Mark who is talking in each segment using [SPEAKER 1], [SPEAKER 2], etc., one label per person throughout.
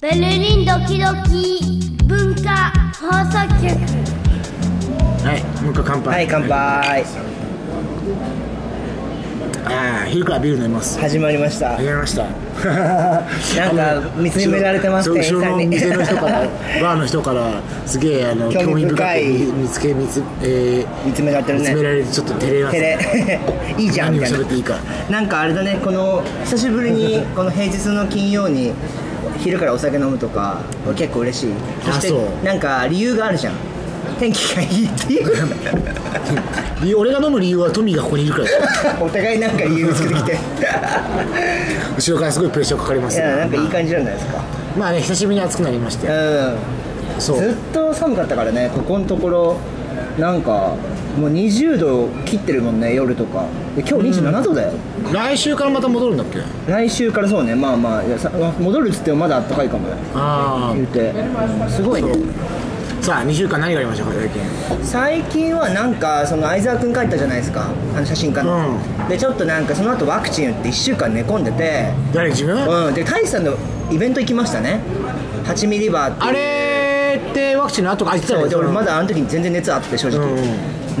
[SPEAKER 1] ベルリンドキドキ文化放送局
[SPEAKER 2] はい、もう一回乾杯。
[SPEAKER 3] はい乾杯
[SPEAKER 2] ああ、昼からビール飲みます。
[SPEAKER 3] 始まりました
[SPEAKER 2] ありがとうございました。
[SPEAKER 3] なんか見つめられてますね
[SPEAKER 2] 後ろの
[SPEAKER 3] イン
[SPEAKER 2] 店
[SPEAKER 3] スタに
[SPEAKER 2] の人から、バーの人から、すげえ、あの、
[SPEAKER 3] 興
[SPEAKER 2] 興味
[SPEAKER 3] 味深
[SPEAKER 2] 深
[SPEAKER 3] い
[SPEAKER 2] い見つけ、見つ、えー
[SPEAKER 3] 見つめられてる
[SPEAKER 2] 見つめ
[SPEAKER 3] ね
[SPEAKER 2] られて、ちょっと照れます
[SPEAKER 3] 照
[SPEAKER 2] ね。
[SPEAKER 3] れ いいじゃ
[SPEAKER 2] 何
[SPEAKER 3] んみ
[SPEAKER 2] を
[SPEAKER 3] たいな
[SPEAKER 2] 喋っていいか。
[SPEAKER 3] なんかあれだねこの久しぶりにこの平日の金曜に昼からお酒飲むとか俺結構嬉しいそして
[SPEAKER 2] そう
[SPEAKER 3] なんか理由があるじゃん天気がいいっていう
[SPEAKER 2] 理由俺が飲む理由はトミーがここにいるから ですよ
[SPEAKER 3] お互いなんか理由つけて きてい
[SPEAKER 2] 後ろからすごいプレッシャーかかりますよ
[SPEAKER 3] やなんかいい感じなんじゃないですか
[SPEAKER 2] まあね久しぶりに暑くなりましてそ
[SPEAKER 3] うんず
[SPEAKER 2] う
[SPEAKER 3] っと寒かったからねここのところなんかもう20度切ってるもんね夜とかで今日27度だよ、
[SPEAKER 2] 来週からまた戻るんだっけ
[SPEAKER 3] 来週からそうねまあまあいやさ戻るっつってもまだあったかいかもね
[SPEAKER 2] あ
[SPEAKER 3] 言うてすごいね
[SPEAKER 2] あさあ2週間何がありましたか最近
[SPEAKER 3] 最近はなんかその相沢君帰ったじゃないですかあの写真家の、でちょっとなんかその後ワクチン打って1週間寝込んでて
[SPEAKER 2] 誰自分、
[SPEAKER 3] うんで太一さんのイベント行きましたね8ミリバーっていう
[SPEAKER 2] あれってワクチンの後が空いてた
[SPEAKER 3] そう
[SPEAKER 2] ね
[SPEAKER 3] で俺
[SPEAKER 2] の
[SPEAKER 3] まだあの時に全然熱あって正直、
[SPEAKER 2] うん うん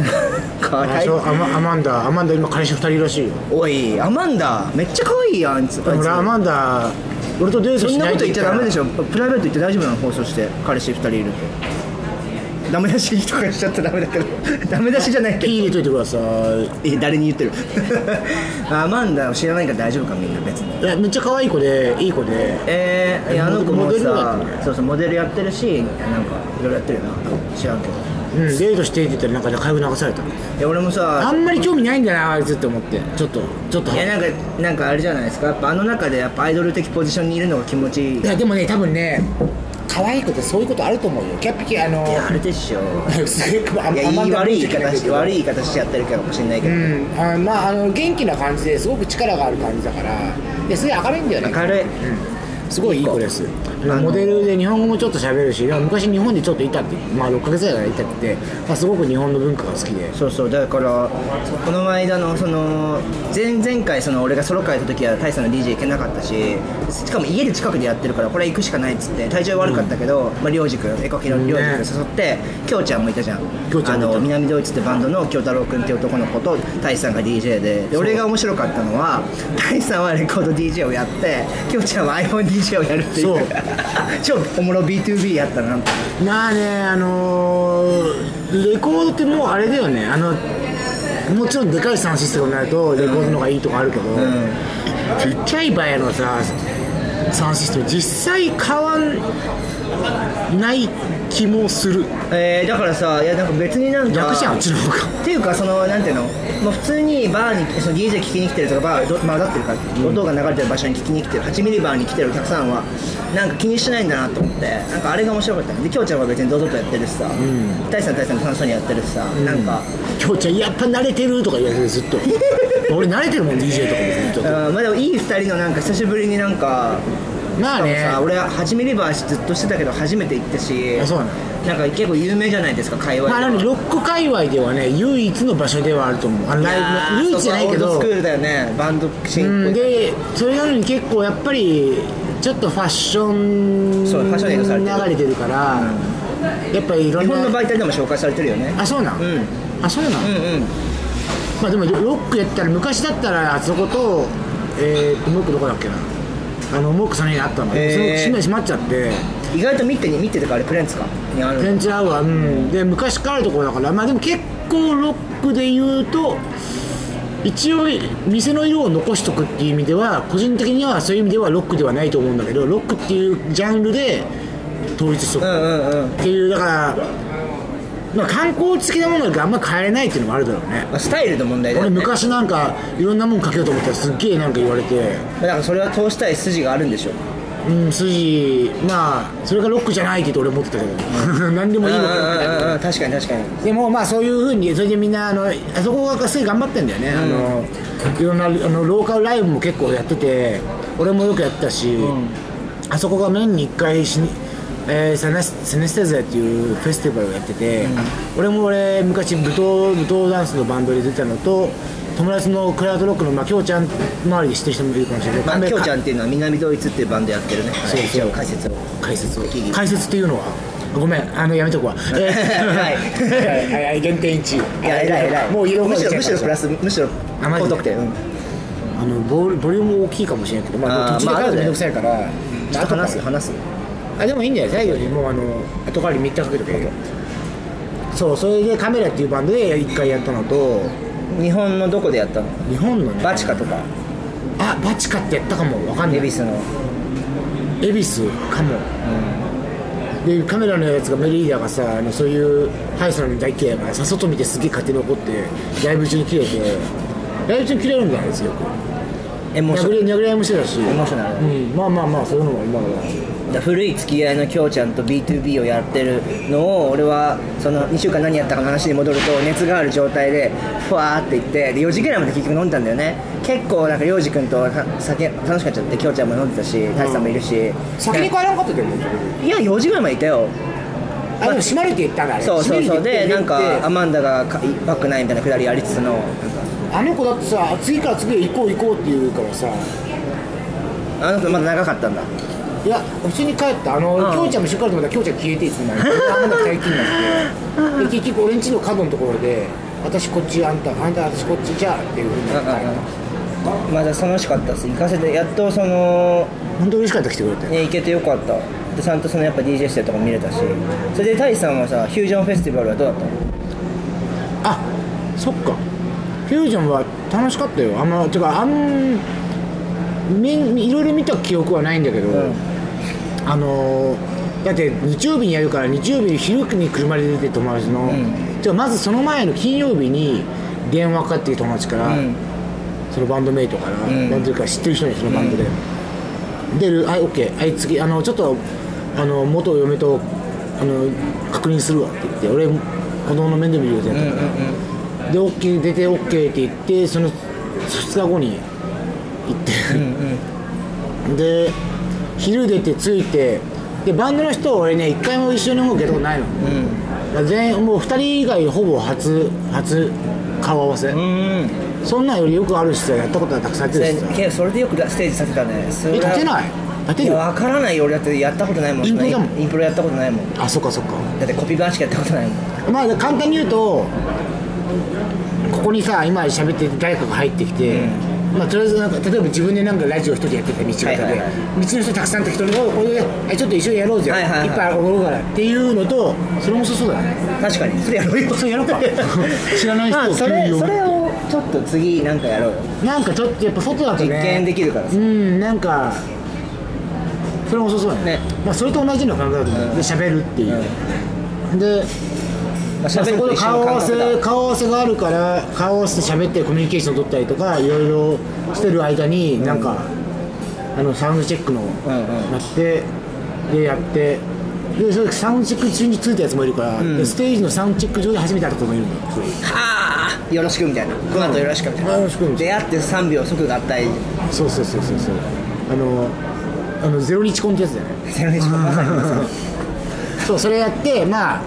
[SPEAKER 3] か
[SPEAKER 2] あ
[SPEAKER 3] わいい
[SPEAKER 2] そうアマアマンダアマンダ今彼氏2人らしいよ
[SPEAKER 3] おいアマンダめっちゃ可愛いやんあいつあいつ
[SPEAKER 2] 俺アマンダ俺とデート
[SPEAKER 3] そ
[SPEAKER 2] し
[SPEAKER 3] んな
[SPEAKER 2] ない
[SPEAKER 3] こと言っちゃダメでし
[SPEAKER 2] ょ
[SPEAKER 3] ょプライベート言って大丈夫なの放送して彼氏2人いるってダメ出しとかしちゃったらダメだけど ダメ出しじゃないけ
[SPEAKER 2] ピー入
[SPEAKER 3] ど
[SPEAKER 2] れといてください
[SPEAKER 3] いや誰に言ってる アマンダを知らないから大丈夫かみんな別に
[SPEAKER 2] いやめっちゃ可愛い子でいい子で
[SPEAKER 3] えー、いやあの子も
[SPEAKER 2] モデルだ
[SPEAKER 3] さ
[SPEAKER 2] ったね
[SPEAKER 3] そうそうモデルやってるしなんかいろいろやってるよな知らんけど
[SPEAKER 2] うん、デートしてって言ったらなんか火薬流された
[SPEAKER 3] いや俺も
[SPEAKER 2] あ
[SPEAKER 3] さ
[SPEAKER 2] んまり興味ないんだなあいつって思ってちょっとちょっと
[SPEAKER 3] いやなんかなんかあれじゃないですかやっぱあの中でやっぱアイドル的ポジションにいるのが気持ちいいい
[SPEAKER 2] いやでもね多分ね可愛い子ってそういうことあると思うよキャッピキあの
[SPEAKER 3] や あれでしょ
[SPEAKER 2] すごいあ
[SPEAKER 3] いや
[SPEAKER 2] あ
[SPEAKER 3] い
[SPEAKER 2] ま
[SPEAKER 3] い
[SPEAKER 2] り
[SPEAKER 3] 悪い言い方し悪い
[SPEAKER 2] い
[SPEAKER 3] 言い方しちゃってるかもしれないけ
[SPEAKER 2] う
[SPEAKER 3] ど、
[SPEAKER 2] んあまああの元気な感じですごく力がある感じだからですごい明るいんだよね
[SPEAKER 3] 明るい
[SPEAKER 2] すごいいい子です
[SPEAKER 3] あの
[SPEAKER 2] モデルで日本語もちょっと喋るしでも昔日本でちょっといたってまあ6ヶ月ぐらいいたって、まあ、すごく日本の文化が好きで
[SPEAKER 3] そうそうだからこの間のその前々回その俺がソロ会の時は大さんの DJ 行けなかったししかも家で近くでやってるからこれ行くしかないっつって体調悪かったけど、まあ、りょうじくんエコキのりょうじくん誘ってきょうちゃんもいたじゃん
[SPEAKER 2] きょうちゃんもいた
[SPEAKER 3] あの南ドイツってバンドのきょうたろうくんっていう男の子と大さんが DJ でで俺が面白かったのは大さんはレコード DJ をやってきょうちゃんは iPhoneDJ をやるっていう
[SPEAKER 2] そう
[SPEAKER 3] 超おもろ B2B やったな
[SPEAKER 2] まあねあのーレコードってもうあれだよねあのもちろんでかいサウンドシステムになるとレコードの方がいいとかあるけど、
[SPEAKER 3] ん
[SPEAKER 2] ちっちゃい場合のさサウンドシステム実際変わんない気もする
[SPEAKER 3] えー、だからさいやなんか別になんか
[SPEAKER 2] 逆じゃんうちの方 が
[SPEAKER 3] っていうかそのなんていうの、まあ、普通にバーにその DJ 聞きに来てるとかバーど混ざってるから、音が流れてる場所に聞きに来てる8ミリバーに来てるお客さんはなんか気にしてないんだなと思ってなんかあれが面白かったねできょうちゃんは別に堂々とやってるしさ、大さん大さん楽しそうにやってるしさ、なんか
[SPEAKER 2] きょうちゃんやっぱ慣れてるとか言われてるずっ と俺慣れてるもん DJ とかもずっと
[SPEAKER 3] あーまあでもいい2人のなんか久しぶりになんか
[SPEAKER 2] まあ
[SPEAKER 3] し
[SPEAKER 2] ね
[SPEAKER 3] かもさ俺は8ミリバーずっとしてたけど初めて行ったし
[SPEAKER 2] あそうなの
[SPEAKER 3] なんか結構有名じゃないですか界隈
[SPEAKER 2] まあ、なのでロック界隈ではね唯一の場所ではあると思うあのライブの唯一じゃないけ
[SPEAKER 3] そこはオール
[SPEAKER 2] ど
[SPEAKER 3] ドスクールだよねバンドシーンっぽ
[SPEAKER 2] う
[SPEAKER 3] い
[SPEAKER 2] んでそれなのに結構やっぱりちょっとファッション
[SPEAKER 3] そうファッション映画されてる
[SPEAKER 2] 流れてるから、やっぱりいろ
[SPEAKER 3] 日
[SPEAKER 2] ん
[SPEAKER 3] 本の
[SPEAKER 2] な
[SPEAKER 3] 媒体でも紹介されてるよね
[SPEAKER 2] あそうなん、
[SPEAKER 3] うん
[SPEAKER 2] あそうなん、
[SPEAKER 3] うんうん
[SPEAKER 2] まあでもロックやったら昔だったらあそことえー、ともう一個どこだっけなあのもう一個その辺にあったの、
[SPEAKER 3] へー
[SPEAKER 2] その閉め閉まっちゃって
[SPEAKER 3] 意外と見てに見ててかあれプレンツかにあ
[SPEAKER 2] フ
[SPEAKER 3] る
[SPEAKER 2] レンチアワー、うん、で昔からあるところだからまあでも結構ロックで言うと一応店の色を残しとくっていう意味では個人的にはそういう意味ではロックではないと思うんだけどロックっていうジャンルで統一しと
[SPEAKER 3] う
[SPEAKER 2] く
[SPEAKER 3] んうんうん
[SPEAKER 2] っていうだから、まあ、観光地的なものがあんま変えれないっていうのもあるだろうね
[SPEAKER 3] まあスタイルの問題だ
[SPEAKER 2] 俺
[SPEAKER 3] よね
[SPEAKER 2] 昔なんかいろんなもんかけようと思ったらすっげえなんか言われて
[SPEAKER 3] まあだからそれは通したい筋があるんでしょ
[SPEAKER 2] うん筋まあそれがロックじゃないって言って俺思ってたけど 何でも
[SPEAKER 3] う
[SPEAKER 2] い
[SPEAKER 3] ん
[SPEAKER 2] いうの
[SPEAKER 3] んう
[SPEAKER 2] かなみたいなん
[SPEAKER 3] うん確かに確かに
[SPEAKER 2] でもまあそういうふうにそれでみんなあのあそこがすごい頑張ってんだよね、あのいろんなあのローカルライブも結構やってて俺もよくやってたし、あそこが年に1回しに、えーセネスセネステゼっていうフェスティバルをやってて、俺も俺昔舞踏舞踏ダンスのバンドで出たのと友達のクラウドロックの、まあ、きょうちゃん周りで知ってる人もいるかもしれない
[SPEAKER 3] まあ、
[SPEAKER 2] 神
[SPEAKER 3] きょ
[SPEAKER 2] 戸
[SPEAKER 3] うちゃんっていうのは南ドイツっていうバンドやってるね、はい、
[SPEAKER 2] そうそう
[SPEAKER 3] 一応解説を
[SPEAKER 2] 解説を
[SPEAKER 3] 聞き
[SPEAKER 2] 解説っていうのはあごめんあのやめとくわ、えー
[SPEAKER 3] はい
[SPEAKER 2] はいはい減点1
[SPEAKER 3] いや偉い偉い
[SPEAKER 2] もう色が
[SPEAKER 3] むし
[SPEAKER 2] 出ちゃう
[SPEAKER 3] ろむしろプラスむしろ
[SPEAKER 2] あマジ
[SPEAKER 3] 高
[SPEAKER 2] で
[SPEAKER 3] 得点うん
[SPEAKER 2] あのボリボリューム大きいかもしれないけど、まあ、
[SPEAKER 3] あー
[SPEAKER 2] 途中で
[SPEAKER 3] まあ
[SPEAKER 2] 帰るとめんどくさいから、
[SPEAKER 3] ちょっと話す話す
[SPEAKER 2] あでもいいんじゃない最後にもうあの後から3日かけてくれるそうそれでカメラっていうバンドで1回やったのと
[SPEAKER 3] 日本のどこでやったの
[SPEAKER 2] 日本のね
[SPEAKER 3] バチカとか
[SPEAKER 2] あバチカってやったかもわかんな
[SPEAKER 3] 恵
[SPEAKER 2] い
[SPEAKER 3] 比寿の
[SPEAKER 2] 恵比寿かも、でカメラのやつがメリーダーがさあのそういうハイソナの大嫌いがさ外見てすげえ勝手に怒ってライブ中に切れてライブ中に切れるんじゃないですよ
[SPEAKER 3] エモーシ
[SPEAKER 2] 殴
[SPEAKER 3] ョ
[SPEAKER 2] り殴り合いもしてたし
[SPEAKER 3] エモーショナル
[SPEAKER 2] うん、まあまあまあそういうのも今から
[SPEAKER 3] ンだ古い付き合いのきょうちゃんと B2B をやってるのを俺はその2週間何やったかの話に戻ると熱がある状態でふわーって言ってで4時ぐらいまで結局飲んだんだよね結構なんか陽次君とは酒楽しかっちゃってきょうちゃんも飲んでたし大志さんもいるし、
[SPEAKER 2] 先に帰らんかったけど
[SPEAKER 3] いや4時ぐらいまでいたよ
[SPEAKER 2] あでも閉まるって言ったんだね
[SPEAKER 3] そうそうそう
[SPEAKER 2] 閉める
[SPEAKER 3] で
[SPEAKER 2] って言
[SPEAKER 3] な
[SPEAKER 2] っ
[SPEAKER 3] ん
[SPEAKER 2] て
[SPEAKER 3] かアマンダがかバックないみたいなくだりありつつの
[SPEAKER 2] あの子だってさ次から次へ行こう行こうって言うからさ
[SPEAKER 3] あの子まだ長かったんだ
[SPEAKER 2] いや普通に帰ったあの
[SPEAKER 3] うん
[SPEAKER 2] 京、うちゃんも一緒に帰ると思ったら京ちゃん消えていつも なあんまり最近なってで結局俺んちの角のところで私こっちあんたあんた私こっちじゃあっていうふうになって帰っ
[SPEAKER 3] まだ楽しかったっす行かせてやっとその
[SPEAKER 2] た本当嬉しかった来てくれて
[SPEAKER 3] ね行けてよかったでちゃんとそのやっぱ DJ してとかも見れたしそれでタイさんはさフュージョンフェスティバルはどうだったの
[SPEAKER 2] あそっかフュージョンは楽しかったよあんまてかあんめいろいろ見た記憶はないんだけど、
[SPEAKER 3] ん
[SPEAKER 2] あのーだって日曜日にやるから日曜日昼に車で出て友達の、
[SPEAKER 3] ん
[SPEAKER 2] てかまずその前の金曜日に電話かかってきて友達から、
[SPEAKER 3] うん
[SPEAKER 2] そのバンドメイトから、
[SPEAKER 3] ん
[SPEAKER 2] なんていうか知ってる人にそのバンドで、出るはい OK はい次あのちょっとあの元嫁とあの確認するわって言って俺子供の面倒見る予定だったから、で OK 出て OK って言ってその2日後に行って、で昼出て着いてでバンドの人は俺ね一回も一緒に音楽やったことないの、全員もう2人以外ほぼ初初顔合わせ、
[SPEAKER 3] うんうん
[SPEAKER 2] そんなんよりよくあるしさやったことはたくさんやっ
[SPEAKER 3] そ
[SPEAKER 2] て
[SPEAKER 3] れ
[SPEAKER 2] るしさ
[SPEAKER 3] けそれでよくステージさせたねそ
[SPEAKER 2] え
[SPEAKER 3] れは
[SPEAKER 2] 立てない立て
[SPEAKER 3] い
[SPEAKER 2] る
[SPEAKER 3] や
[SPEAKER 2] よ
[SPEAKER 3] 分からないよ俺だってやったことないもん
[SPEAKER 2] インプロだもん
[SPEAKER 3] インプロやったことないもん
[SPEAKER 2] あそっかそっか
[SPEAKER 3] だってコピー版しかやったことないもん
[SPEAKER 2] まあ簡単に言うとここにさ今喋ってて誰かが入ってきて、まあとりあえずなんか例えば自分でなんかラジオ一人でやってて道端で、
[SPEAKER 3] はいはいはい
[SPEAKER 2] 道の人たくさんって人に「おいこれであちょっと一緒にやろうぜ、
[SPEAKER 3] はいはいはい
[SPEAKER 2] っぱいおごるから」っていうのとそれもそうそうだね
[SPEAKER 3] 確かにそれやろうよ
[SPEAKER 2] そうやろう か知らない人を
[SPEAKER 3] まあ そ
[SPEAKER 2] 急に
[SPEAKER 3] れ
[SPEAKER 2] 呼ぶ
[SPEAKER 3] それをちょっと次なんかやろうよ
[SPEAKER 2] なんかちょっとやっぱ外だと
[SPEAKER 3] 実
[SPEAKER 2] ね
[SPEAKER 3] 験できるから
[SPEAKER 2] う
[SPEAKER 3] さ
[SPEAKER 2] んなんかそれもそうそうだね
[SPEAKER 3] ね
[SPEAKER 2] まあ、それと同じの感覚だと思う、で喋るっていう、で
[SPEAKER 3] まあ
[SPEAKER 2] まあそ
[SPEAKER 3] る
[SPEAKER 2] こ
[SPEAKER 3] と
[SPEAKER 2] で
[SPEAKER 3] 一緒の
[SPEAKER 2] 顔合
[SPEAKER 3] 感
[SPEAKER 2] わ
[SPEAKER 3] 覚だ
[SPEAKER 2] せ顔合わせがあるから顔合わせて喋ってコミュニケーション取ったりとかいろいろしてる間になんか、あのサウンドチェックの
[SPEAKER 3] うん
[SPEAKER 2] なってでやってでそれサウンドチェック中についたやつもいるから、でステージのサウンドチェック上で初めて会った子もいるんだよそう
[SPEAKER 3] はあよろしくみたいなこの後よろしくみたいな、
[SPEAKER 2] うんよろしくみたい
[SPEAKER 3] 出会って3秒即合体
[SPEAKER 2] そうそうそうそうそうあのあのゼロ日コンってやつだよね
[SPEAKER 3] ゼロ日コンまさにま
[SPEAKER 2] そうそれやってまあ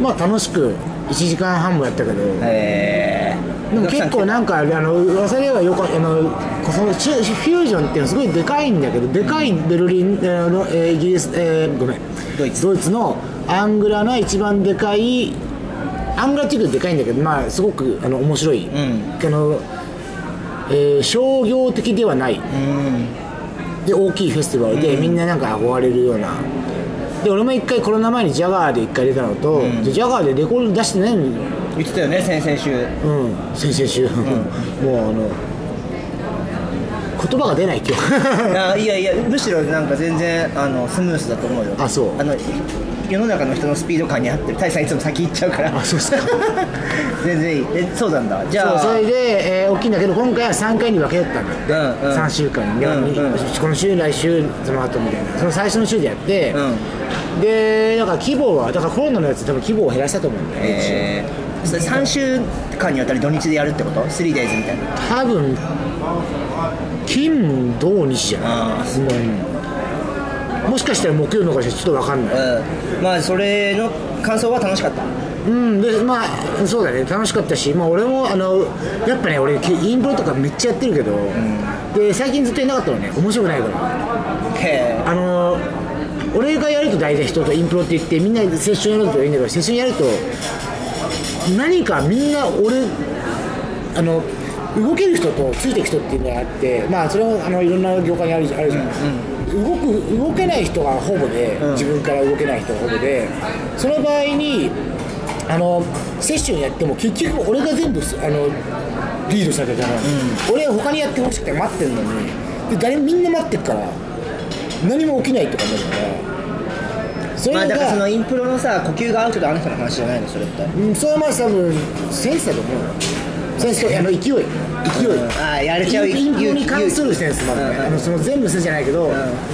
[SPEAKER 2] まあ楽しく1時間半もやったけど、
[SPEAKER 3] え
[SPEAKER 2] でも結構なんかあの噂ではよかあのそのフュフュージョンっていうのはすごいでかいんだけどでかいベルリンえーあのえーイギリス、えーごめん
[SPEAKER 3] ドイツ
[SPEAKER 2] のアングラの一番でかいアングラっていうとでかいんだけどまあすごくあの面白い、あのえー商業的ではない、で大きいフェスティバルで、みんななんか憧れるようなで俺も一回コロナ前にジャガーで一回出たのと、でジャガーでレコード出してないのに
[SPEAKER 3] 言ってたよね先々週
[SPEAKER 2] うん、先々週、もうあの言葉が出ない今 日
[SPEAKER 3] あいやいやむしろなんか全然あのスムースだと思うよ
[SPEAKER 2] あそう
[SPEAKER 3] あの世の中の人のスピード感に合ってる大さんいつも先行っちゃうから
[SPEAKER 2] あそうっすか
[SPEAKER 3] 全然いいえそうなんだじゃ
[SPEAKER 2] そう
[SPEAKER 3] あ
[SPEAKER 2] それで、えー大きいんだけど今回は3回に分けてったんだって、
[SPEAKER 3] うんうん
[SPEAKER 2] 3週間に、
[SPEAKER 3] うんうん
[SPEAKER 2] この週来週その後みたいなその最初の週でやって、
[SPEAKER 3] う
[SPEAKER 2] でだから規模はだからコロナのやつ多分規模を減らしたと思うんだよね、
[SPEAKER 3] えーそれ3週間にわたり土日でやるってこと ?3days みたいな
[SPEAKER 2] 多分金土日じゃ
[SPEAKER 3] あ
[SPEAKER 2] な
[SPEAKER 3] ー
[SPEAKER 2] い、うんもしかしたら木曜のかしらちょっと分かんない、
[SPEAKER 3] うんまあそれの感想は楽しかった
[SPEAKER 2] うんでまあそうだね楽しかったし、まあ、俺もあのやっぱね俺けインプロとかめっちゃやってるけど、で最近ずっといなかったのね面白くないから
[SPEAKER 3] へ
[SPEAKER 2] あの俺がやると大体人とインプロって言ってみんなでセッションやるといいんだけどセッションやると何かみんな俺あの動ける人とついていく人っていうのがあってまあそれもあのいろんな業界にあるじゃんあるじゃん、動く動けない人がほぼで、
[SPEAKER 3] ん
[SPEAKER 2] 自分から動けない人がほぼでその場合にあのセッションやっても結局俺が全部すあのリードしなきゃいけない、俺は他にやってほしくて待ってるのにで誰みんな待ってるから何も起きないとかなるからそ
[SPEAKER 3] えまあ
[SPEAKER 2] れ
[SPEAKER 3] だからその
[SPEAKER 2] が、
[SPEAKER 3] インプロのさ呼吸が合う人とあの人の話じゃないのそれって
[SPEAKER 2] うん、それはまあ多分センスだと思うよセンスとあの勢い勢い、
[SPEAKER 3] ああやれちゃう
[SPEAKER 2] インプロに関するセンスもあるね、
[SPEAKER 3] うん
[SPEAKER 2] あのその全部センスじゃないけど、
[SPEAKER 3] ん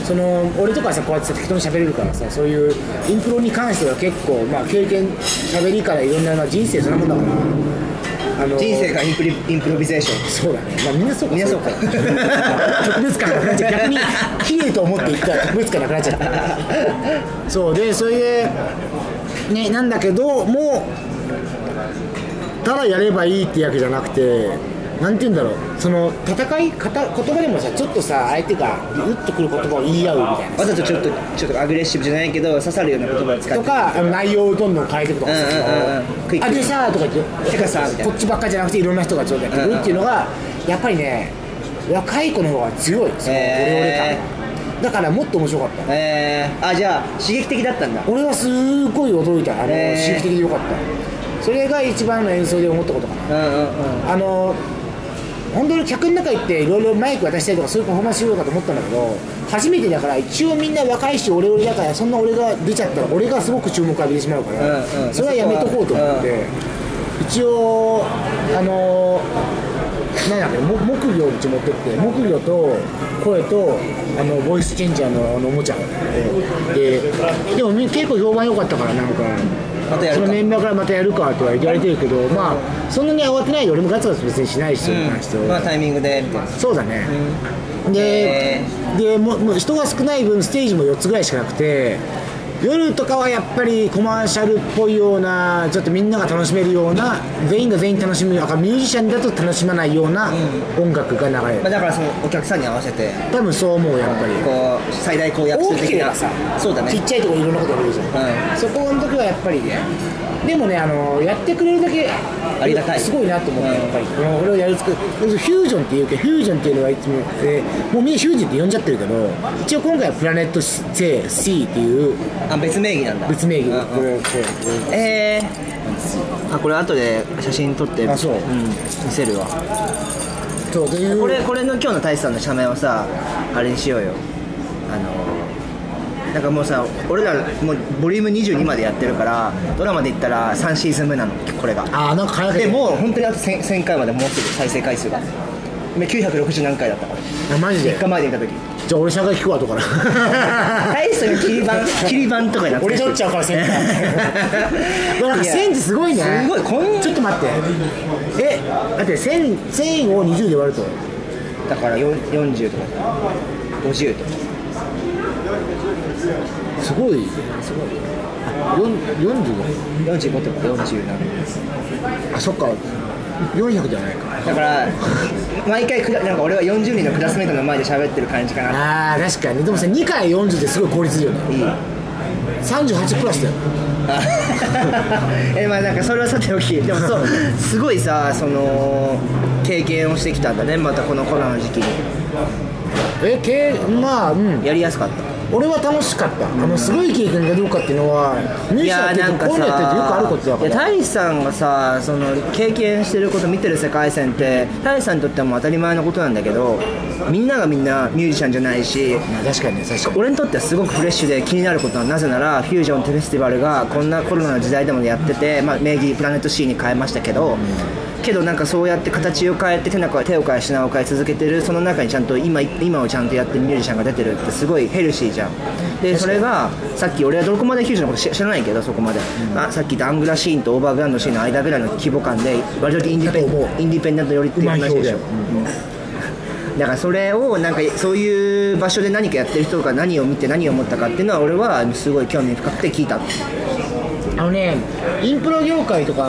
[SPEAKER 2] その俺とかさこうやってさ適当に喋れるからさそういうインプロに関しては結構、まあ、経験喋りからいろんなまあ人生そんなもんだからあの
[SPEAKER 3] 人生がインプリインプロビゼーション
[SPEAKER 2] そうだね、まあ、みんなそうか
[SPEAKER 3] みんなそうか
[SPEAKER 2] 特別感なくなっちゃう逆に綺麗と思って行ったら特別感なくなっちゃったそうでそれでねなんだけどもうただやればいいってわけじゃなくてなんて言うんだろうその戦い方言葉でもさちょっとさ相手が打ってくる言葉を言い合うみたいな
[SPEAKER 3] わざとちょっとちょっとアグレッシブじゃないけど刺さるような言葉を使
[SPEAKER 2] と
[SPEAKER 3] って
[SPEAKER 2] かあの内容をどんどん変えていくとかさ
[SPEAKER 3] うんうんうんうんクイック
[SPEAKER 2] あでさ」とか言って
[SPEAKER 3] てかさみたいな
[SPEAKER 2] こっちばっかじゃなくていろんな人がちょっとやってくるっていうのがやっぱりね若い子の方が強いそのオレオレ
[SPEAKER 3] へ
[SPEAKER 2] 感だからもっと面白かった
[SPEAKER 3] えー、あじゃあ刺激的だったんだ
[SPEAKER 2] 俺はすごい驚いたあの
[SPEAKER 3] へー
[SPEAKER 2] 刺激的でよかったそれが一番の演奏で思ったことかな
[SPEAKER 3] うんうんうん
[SPEAKER 2] あの本当に客の中行っていろいろマイク渡したりとかそういうパフォーマンスしようかと思ったんだけど初めてだから一応みんな若いし俺俺だからそんな俺が出ちゃったら俺がすごく注目浴びてしまうから、
[SPEAKER 3] うんうん
[SPEAKER 2] それはやめとこうと思って、一応あのなんだっけも木魚をうち持ってって木魚と声とあのボイスチェンジャーのあのおもちゃでででもみ結構評判良かったからなんか
[SPEAKER 3] またやる
[SPEAKER 2] そ
[SPEAKER 3] か
[SPEAKER 2] のメンバーからまたやるかとは言われてるけどまあそんなに慌てないで俺もガツガツ別にしないし、それに関して
[SPEAKER 3] うん、まあ
[SPEAKER 2] は
[SPEAKER 3] タイミングでみたいな
[SPEAKER 2] そうだね、で
[SPEAKER 3] へ
[SPEAKER 2] でもうもう人が少ない分ステージも4つぐらいしかなくて夜とかはやっぱりコマーシャルっぽいようなちょっとみんなが楽しめるような全員が全員楽しむだからミュージシャンだと楽しまないような音楽が流れる、
[SPEAKER 3] まあ、だからそのお客さんに合わせて
[SPEAKER 2] 多分そう思うやっぱり
[SPEAKER 3] こう最大公約数
[SPEAKER 2] 大きけ
[SPEAKER 3] 的
[SPEAKER 2] れば
[SPEAKER 3] な
[SPEAKER 2] さ
[SPEAKER 3] そうだね
[SPEAKER 2] ちっちゃいとこいろんなことやるじゃん、
[SPEAKER 3] う
[SPEAKER 2] そこの時はやっぱりねでもねあのやってくれるだけ
[SPEAKER 3] ありがたい
[SPEAKER 2] すごいなと思って、
[SPEAKER 3] うん
[SPEAKER 2] やっぱりこの俺をやるつくフュージョンっていうけどフュージョンっていうのはいつも、えーもうみんなフュージョンって呼んじゃってるけど一応今回はプラネット C, C っていう
[SPEAKER 3] あ別名義なんだ
[SPEAKER 2] 別名義
[SPEAKER 3] うん
[SPEAKER 2] こ
[SPEAKER 3] うん
[SPEAKER 2] れこれ
[SPEAKER 3] えー、あこれ後で写真撮って、
[SPEAKER 2] あそうん
[SPEAKER 3] 見せるわ
[SPEAKER 2] そうという
[SPEAKER 3] これこれの今日の大志さんの社名をさあれにしようよあのなんかもうさ俺らもうボリューム22までやってるからドラマで言ったら3シーズン目なのこれが
[SPEAKER 2] あーなんか輝けて
[SPEAKER 3] で
[SPEAKER 2] る
[SPEAKER 3] もう本当にあと 1000, 1000回までもうすぐ再生回数が今960何回だったから
[SPEAKER 2] あマジで
[SPEAKER 3] 3日前で見た時
[SPEAKER 2] じゃあ俺社会聞くわとから
[SPEAKER 3] 大志さんが切り 板切り板とかになって
[SPEAKER 2] 俺取っちゃうから1000回 なんか1000ってすごいね
[SPEAKER 3] すごいこんな
[SPEAKER 2] ちょっと待ってえだって1000 1000を20で割ると
[SPEAKER 3] だからよん40とか50とか
[SPEAKER 2] すごいすごいあよん45
[SPEAKER 3] 45とか40なんで
[SPEAKER 2] あそっか400じゃないか
[SPEAKER 3] だから毎回くらなんか俺は40人のクラスメートの前で喋ってる感じかな
[SPEAKER 2] あー確かにでもさ2回40ってすごい効率いいよね
[SPEAKER 3] いい
[SPEAKER 2] 38プラスだよ
[SPEAKER 3] えまあなんかそれはさておきでもそう すごいさその経験をしてきたんだねまたこのコロナの時期に
[SPEAKER 2] えけまあうん
[SPEAKER 3] やりやすかった
[SPEAKER 2] 俺は楽しかったあのすごい経験がどうかっていうのはミュージシャンっていうとこういうのやってるとよくあることだ
[SPEAKER 3] いや
[SPEAKER 2] から
[SPEAKER 3] 大志さんがさその経験してること見てる世界線って大志さんにとってはもう当たり前のことなんだけどみんながみんなミュージシャンじゃないし
[SPEAKER 2] まあ確かにね確かに
[SPEAKER 3] 俺にとってはすごくフレッシュで気になることはなぜならフュージョンフェスティバルがこんなコロナの時代でもやってて、まあ、名義プラネット C に変えましたけど、けどなんかそうやって形を変えて手中手を変え品を変え続けてるその中にちゃんと今今をちゃんとやってるミュージシャンが出てるってすごいヘルシーじゃんでそれがさっき俺はどこまでフュージョンのこと知知らないけどそこまで、あさっきダングラシーンとオーバーグラウンドシーンの間ぐらいの規模感で割とインディペ
[SPEAKER 2] だと思
[SPEAKER 3] ンインディペンデント寄りっていう話でしょ、
[SPEAKER 2] うまい
[SPEAKER 3] だからそれをなんかそういう場所で何かやってる人が何を見て何を思ったかっていうのは俺はすごい興味深くて聞いた
[SPEAKER 2] あのねインプロ業界とか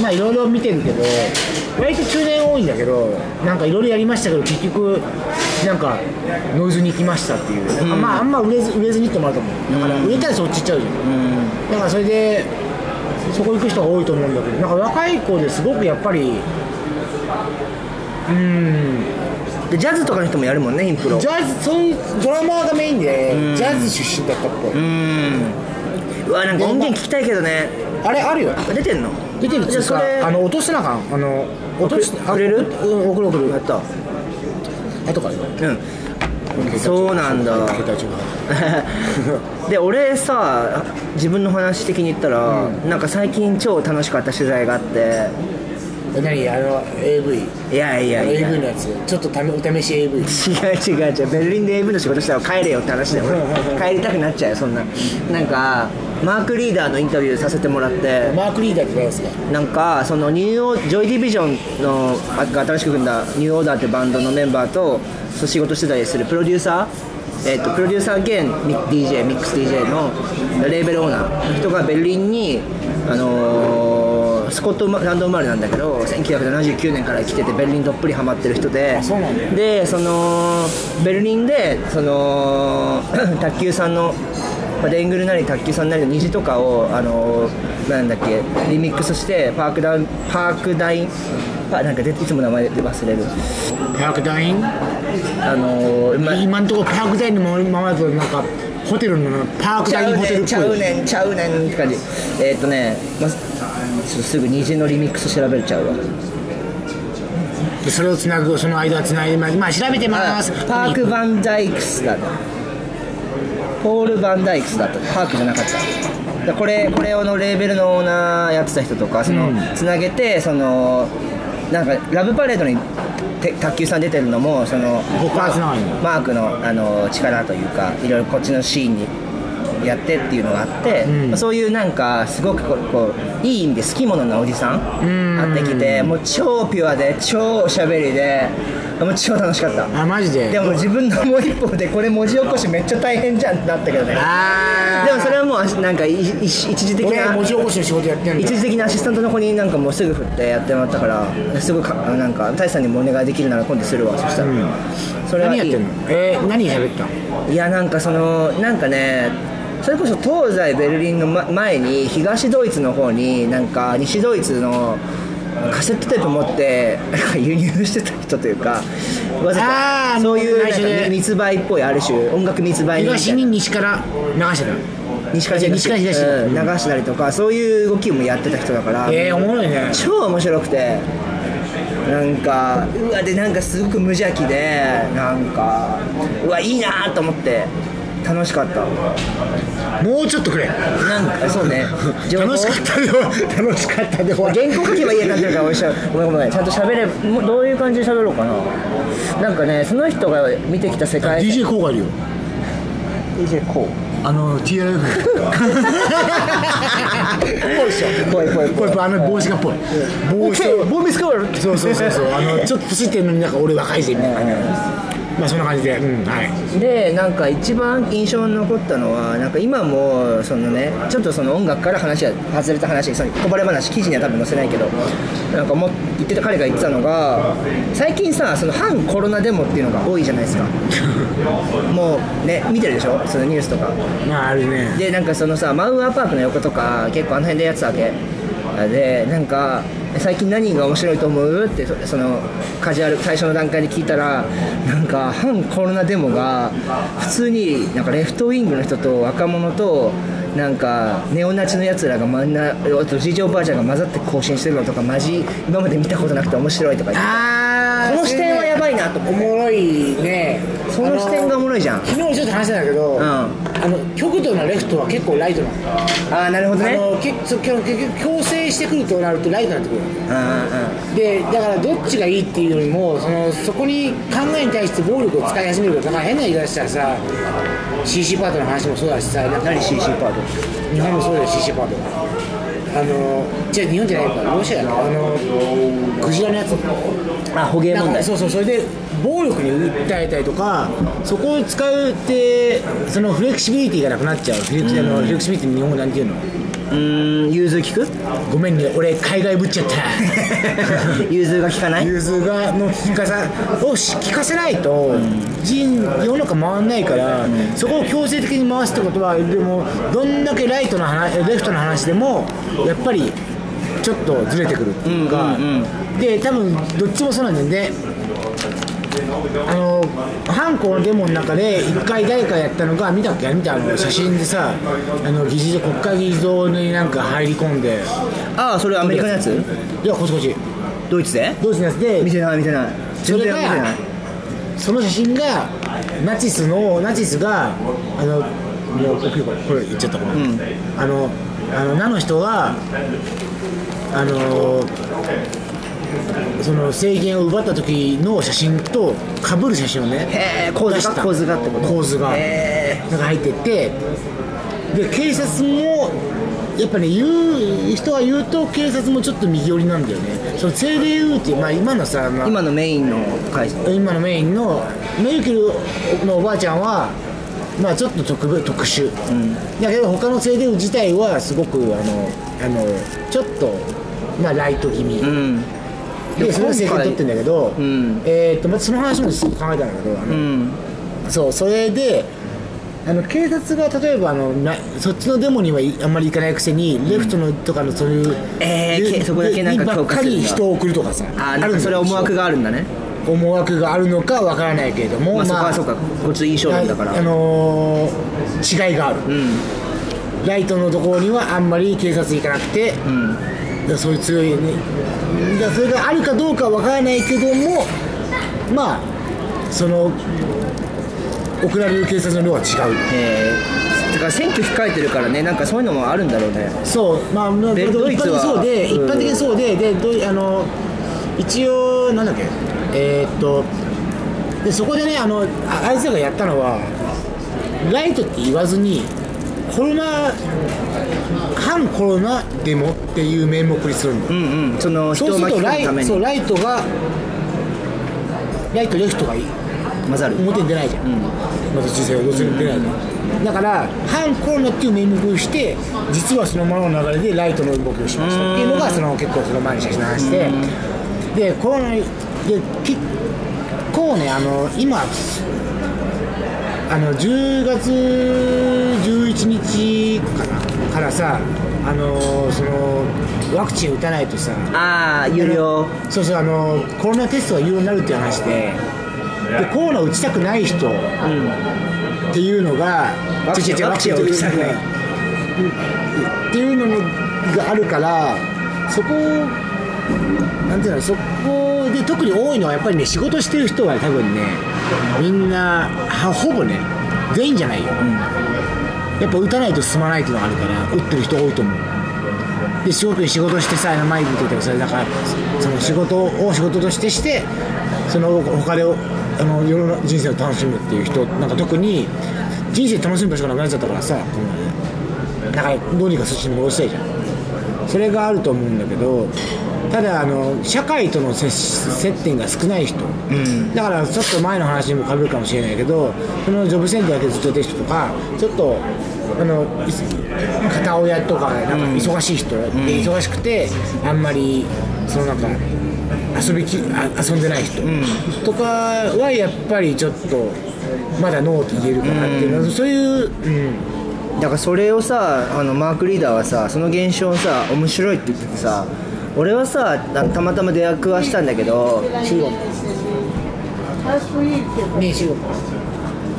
[SPEAKER 2] まあいろいろ見てるけど割と中年多いんだけどなんかいろいろやりましたけど結局なんかノイズに行きましたっていう、
[SPEAKER 3] うん
[SPEAKER 2] まああんま売れず売れずにってもあると思うだから
[SPEAKER 3] うん
[SPEAKER 2] 売れたらそっち行っちゃうじゃん
[SPEAKER 3] うん
[SPEAKER 2] だからそれでそこ行く人が多いと思うんだけどなんか若い子ですごくやっぱりうん
[SPEAKER 3] でジャズとかの人もやるもんねインプロ
[SPEAKER 2] ジャズそういうドラマーがメインで
[SPEAKER 3] うん
[SPEAKER 2] ジャズ出身だったっぽい、
[SPEAKER 3] うんうわなんか音源聞きたいけどね
[SPEAKER 2] あれあるよ
[SPEAKER 3] 出てんの
[SPEAKER 2] 出てる
[SPEAKER 3] じゃあそれ
[SPEAKER 2] あの落としてなあかんあの落とし
[SPEAKER 3] 送れる
[SPEAKER 2] うん送る送
[SPEAKER 3] や
[SPEAKER 2] る
[SPEAKER 3] った
[SPEAKER 2] あとから
[SPEAKER 3] うんそうなんだ
[SPEAKER 2] 携帯中だ
[SPEAKER 3] で俺さ自分の話的に言ったら、なんか最近超楽しかった取材があって
[SPEAKER 2] え何あの AV
[SPEAKER 3] いやい
[SPEAKER 2] あ
[SPEAKER 3] や
[SPEAKER 2] の
[SPEAKER 3] いや
[SPEAKER 2] AV のやつちょっとためお試し AV
[SPEAKER 3] 違う違う違うベルリンで AV の仕事したら帰れよって話だよ俺帰りたくなっちゃうよそんななんかマークリーダーのインタビューさせてもらって
[SPEAKER 2] マークリーダーって誰ですか
[SPEAKER 3] なんかそのニューオージョイディビジョンのあが新しく組んだニューオーダーってバンドのメンバーとそう仕事してたりするプロデューサー、えっとプロデューサー兼ミ DJ ミックス DJ のレーベルオーナーの人がベルリンに、あのースコットランド生まれなんだけど1979年から来ててベルリンどっぷりハマってる人で
[SPEAKER 2] あそうなんだ
[SPEAKER 3] でそのベルリンでその 卓球さんのまあデングルなり卓球さんなりの虹とかをあのなんだっけリミックスしてパークダウンパークダインパなんかでいつも名前で忘れる
[SPEAKER 2] パークダイン
[SPEAKER 3] あのま
[SPEAKER 2] 今んとこパークダインのままだとなんかホテルのパーク
[SPEAKER 3] ち
[SPEAKER 2] ダ
[SPEAKER 3] ゃ
[SPEAKER 2] イン
[SPEAKER 3] う
[SPEAKER 2] ホテ
[SPEAKER 3] ね
[SPEAKER 2] ル
[SPEAKER 3] ん
[SPEAKER 2] っ
[SPEAKER 3] ちゃ
[SPEAKER 2] ぽ
[SPEAKER 3] う
[SPEAKER 2] い
[SPEAKER 3] ねんちゃうねんって感じえーっとね、まあ、ちょっとすぐ虹のリミックス調べれちゃうわ
[SPEAKER 2] でそれをつなぐその間つないでまあ調べてま
[SPEAKER 3] あ
[SPEAKER 2] ーす
[SPEAKER 3] パーク・バンダイクスだねポール・バンダイクスだったパークじゃなかっただこれこれをのレーベルのオーナーやってた人とかその、
[SPEAKER 2] うん
[SPEAKER 3] つなげてそのなんかラブパレードにて卓球さん出てるのもその
[SPEAKER 2] 僕はつながるの
[SPEAKER 3] マークのあの力というかいろいろこっちのシーンにやってっていうのがあって、
[SPEAKER 2] ん
[SPEAKER 3] まあそういうなんかすごくこうこういい意味で好き者なおじさん
[SPEAKER 2] うん
[SPEAKER 3] 会ってきてもう超ピュアで超おしゃべりでもう超楽しかった
[SPEAKER 2] あマジで
[SPEAKER 3] でも自分のもう一方でこれ文字起こしめっちゃ大変じゃんってなったけどね
[SPEAKER 2] あー
[SPEAKER 3] でもそれはもうなんかいい一時的
[SPEAKER 2] 俺
[SPEAKER 3] な
[SPEAKER 2] 文字起こしの仕事やってんだ
[SPEAKER 3] 一時的なアシスタントの子になんかもうすぐ振ってやってもらったからすごいかなんか大志さんにもお願いできるなら今度するわそしたら、
[SPEAKER 2] うん
[SPEAKER 3] それは
[SPEAKER 2] 何
[SPEAKER 3] いい
[SPEAKER 2] やってんのえー、何喋ったの
[SPEAKER 3] いやなんかそのなんかねそれこそ東西ベルリンのま前に東ドイツの方になんか西ドイツのカセットテープ持ってなんか輸入してた人というかわざ
[SPEAKER 2] あー
[SPEAKER 3] とそういうなん
[SPEAKER 2] 内緒で
[SPEAKER 3] か密売っぽいある種音楽密売人みた
[SPEAKER 2] 東
[SPEAKER 3] い
[SPEAKER 2] に
[SPEAKER 3] な
[SPEAKER 2] 西から流してたの
[SPEAKER 3] 西から
[SPEAKER 2] 西から東
[SPEAKER 3] うん流したりとかそういう動きもやってた人だから
[SPEAKER 2] えー、おもろいね
[SPEAKER 3] 超面白くてなんかうわでなんかすごく無邪気でなんかうわいいなーと思って楽しかった
[SPEAKER 2] もうちょっとくれ
[SPEAKER 3] なんかそうね情報
[SPEAKER 2] 楽しかったでは 楽しかったでは
[SPEAKER 3] 原稿書けばいいやなってるから俺しゃごめんごめんちゃんと喋れもうどういう感じで喋ろうかななんかねその人が見てきた世界
[SPEAKER 2] DJ コウがいるよ
[SPEAKER 3] DJ こう
[SPEAKER 2] あの TRF ぽいっしょ
[SPEAKER 3] ぽいぽい
[SPEAKER 2] ぽいぽいあの帽子がぽい帽子を
[SPEAKER 3] ボーミスカー
[SPEAKER 2] そうそうそうそう あのちょっと年いってるのになんか俺若いぜみたいなまあそんな感じでうんはい
[SPEAKER 3] でなんか一番印象に残ったのはなんか今もそのねちょっとその音楽から話は外れた話そのこぼれ話記事には多分載せないけどなんかもう言ってた彼が言ってたのが最近さその反コロナデモっていうのが多いじゃないですかもうね見てるでしょそのニュースとか
[SPEAKER 2] まああるね
[SPEAKER 3] でなんかそのさマウアーパークの横とか結構あの辺でやってたわけでなんか最近何が面白いと思うってそそのカジュアル最初の段階で聞いたらなんか反コロナデモが普通になんかレフトウィングの人と若者となんかネオナチのやつらが真ん中あとおじいちゃんおばあちゃんが混ざって行進してるのとかマジ今まで見たことなくて面白いとか言って
[SPEAKER 2] あ
[SPEAKER 3] この視点はやばいなと
[SPEAKER 2] お
[SPEAKER 3] 思って
[SPEAKER 2] もろいね
[SPEAKER 3] その視点がおもろいじゃん
[SPEAKER 2] 昨日ちょっと話したんだけど、
[SPEAKER 3] うん
[SPEAKER 2] あの極度のレフトは結構ライトなんだよ
[SPEAKER 3] ああなるほど
[SPEAKER 2] あ
[SPEAKER 3] ね
[SPEAKER 2] のけそ結局強制してくるとなるとライトになってくる
[SPEAKER 3] うんうん
[SPEAKER 2] でだからどっちがいいっていうよりもそのそこに考えに対して暴力を使い始めるからなんか変な言い方したらさ CC パートの話もそうだしさなんか
[SPEAKER 3] 何 CC パート
[SPEAKER 2] 日本もそうだよ CC パートあのじゃあ日本じゃないからロシアだなあのクジラのやつ
[SPEAKER 3] あ捕鯨
[SPEAKER 2] なん
[SPEAKER 3] 問
[SPEAKER 2] か
[SPEAKER 3] 題
[SPEAKER 2] そうそうそれで暴力に訴えたりとかそこを使うってそのフレキシビリティがなくなっちゃうフレキシあのフレキシビリティ日本語なんていうの
[SPEAKER 3] うーん融通聞く
[SPEAKER 2] ごめんね俺海外ぶっちゃった
[SPEAKER 3] 融通が聞かない
[SPEAKER 2] 融通がの聞かさをし聞かせないと人世の中回らないからそこを強制的に回すってことはでもどんだけライトな話レフトな話でもやっぱりちょっとずれてくるっていうか、
[SPEAKER 3] うんうん
[SPEAKER 2] で多分どっちもそうなんだよねあの反抗のデモの中で一回誰かやったのが見たっけ見たあの写真でさあの議事堂国会議事堂になんか入り込んで
[SPEAKER 3] ああそれアメリカのやつ
[SPEAKER 2] いやこっちこっち
[SPEAKER 3] ドイツで
[SPEAKER 2] どうしのやつで
[SPEAKER 3] 見てない見てない
[SPEAKER 2] そ
[SPEAKER 3] 全
[SPEAKER 2] れ
[SPEAKER 3] 然見て
[SPEAKER 2] が
[SPEAKER 3] ない
[SPEAKER 2] その写真がナチスのナチスがあのもうこれ言っちゃったかな、
[SPEAKER 3] ん
[SPEAKER 2] あのあの名の人があのその政権を奪った時の写真と被る写真をね
[SPEAKER 3] へえ構図
[SPEAKER 2] 出し
[SPEAKER 3] が
[SPEAKER 2] た
[SPEAKER 3] 構図がってこと
[SPEAKER 2] 構図が
[SPEAKER 3] へ
[SPEAKER 2] なんか入ってってで警察もやっぱね言う人が言うと警察もちょっと右寄りなんだよねその政令運っていう、まあ、今のさ、ま
[SPEAKER 3] え
[SPEAKER 2] あ
[SPEAKER 3] 今のメインの会社
[SPEAKER 2] 今のメインのメルケルのおばあちゃんはまあちょっと特別特殊、だけど他のセーデウ自体はすごくあのあのちょっとまあライト気味、
[SPEAKER 3] うん
[SPEAKER 2] でそれを政権取ってんだけど、
[SPEAKER 3] うん
[SPEAKER 2] えー、とまたその話もすぐ考えたんだけどあ
[SPEAKER 3] う
[SPEAKER 2] の、
[SPEAKER 3] ん
[SPEAKER 2] そうそれであの警察が例えばあのなそっちのデモにはいあんまり行かないくせに、レフトのとかのそういう、
[SPEAKER 3] えー
[SPEAKER 2] ゆ
[SPEAKER 3] けそこだけなんか
[SPEAKER 2] ばっか
[SPEAKER 3] 強
[SPEAKER 2] り
[SPEAKER 3] 化するんだ
[SPEAKER 2] 人を送るとかさ
[SPEAKER 3] ああ
[SPEAKER 2] る
[SPEAKER 3] なん
[SPEAKER 2] だ
[SPEAKER 3] か
[SPEAKER 2] よ
[SPEAKER 3] それは思惑があるんだね
[SPEAKER 2] 思惑があるのかわからないけれども、
[SPEAKER 3] まあそこはそうかこっちいい商品だから
[SPEAKER 2] あのー違いがある、
[SPEAKER 3] うん
[SPEAKER 2] ライトのところにはあんまり警察行かなくて、
[SPEAKER 3] うん
[SPEAKER 2] だそういう強いねだそれがあるかどうかわからないけどもまあその送られる警察の量は違う
[SPEAKER 3] えーだから選挙控えてるからねなんかそういうのもあるんだろうね
[SPEAKER 2] そうまあまあ
[SPEAKER 3] で
[SPEAKER 2] ど
[SPEAKER 3] ドイ
[SPEAKER 2] 一
[SPEAKER 3] ツ
[SPEAKER 2] 般的に
[SPEAKER 3] は
[SPEAKER 2] そうで、
[SPEAKER 3] うん
[SPEAKER 2] 一般的にそうででどいあの一応なんだっけえーっとでそこでねあのああいつらがやったのはライトって言わずにコロナ反コロナデモっていう名目にするんだよ
[SPEAKER 3] うんうんその
[SPEAKER 2] そ
[SPEAKER 3] 人
[SPEAKER 2] う
[SPEAKER 3] を
[SPEAKER 2] する
[SPEAKER 3] 巻き
[SPEAKER 2] とラ
[SPEAKER 3] 込むため
[SPEAKER 2] イそう
[SPEAKER 3] に
[SPEAKER 2] ライトがライトレフトがいい
[SPEAKER 3] 混ざる
[SPEAKER 2] 表に出ないじゃん、また小さいどうせ出ないじゃんだから反コロナっていう名目をして実はそのままの流れでライトの動きをしましたっていうのがその結構その前に写真の話ででコロナで結構ねあの今あの10月11日かなからさあのそのワクチン打たないとさ
[SPEAKER 3] ああ有料
[SPEAKER 2] そうそうあのコロナテストが有料になるっていう話ででコロナ打ちたくない人っていうのが
[SPEAKER 3] ワクチン
[SPEAKER 2] 違う違う
[SPEAKER 3] ワクチンを打ちたくない
[SPEAKER 2] っていうのがあるからそこをなんていうのそこで特に多いのはやっぱりね仕事してる人は多分ねみんなはほぼね全員じゃないよ、やっぱ打たないと進まないっていうのがあるから打ってる人多いと思うで仕事仕事してさ前に出てそれだからその仕事を仕事としてしてその他であの世の人生を楽しむっていう人なんか特に人生楽しむ場所がなくなっちゃったからさこのだからどうにかそっちに戻したいじゃんそれがあると思うんだけどただあの社会との接し接点が少ない人、だからちょっと前の話にもかぶるかもしれないけどそのジョブセンターだけずっとやってる人とかちょっとあのい片親とかなんか忙しい人で忙しくてあんまりそのなんか遊びきあ遊んでない人とかはやっぱりちょっとまだノーって言えるかなっていうのは、そういう、うん、
[SPEAKER 3] だからそれをさあのマークリーダーはさその現象をさ面白いって言っててさ俺はさたたまたま出役はしたんだけど
[SPEAKER 2] 中国ねえ中国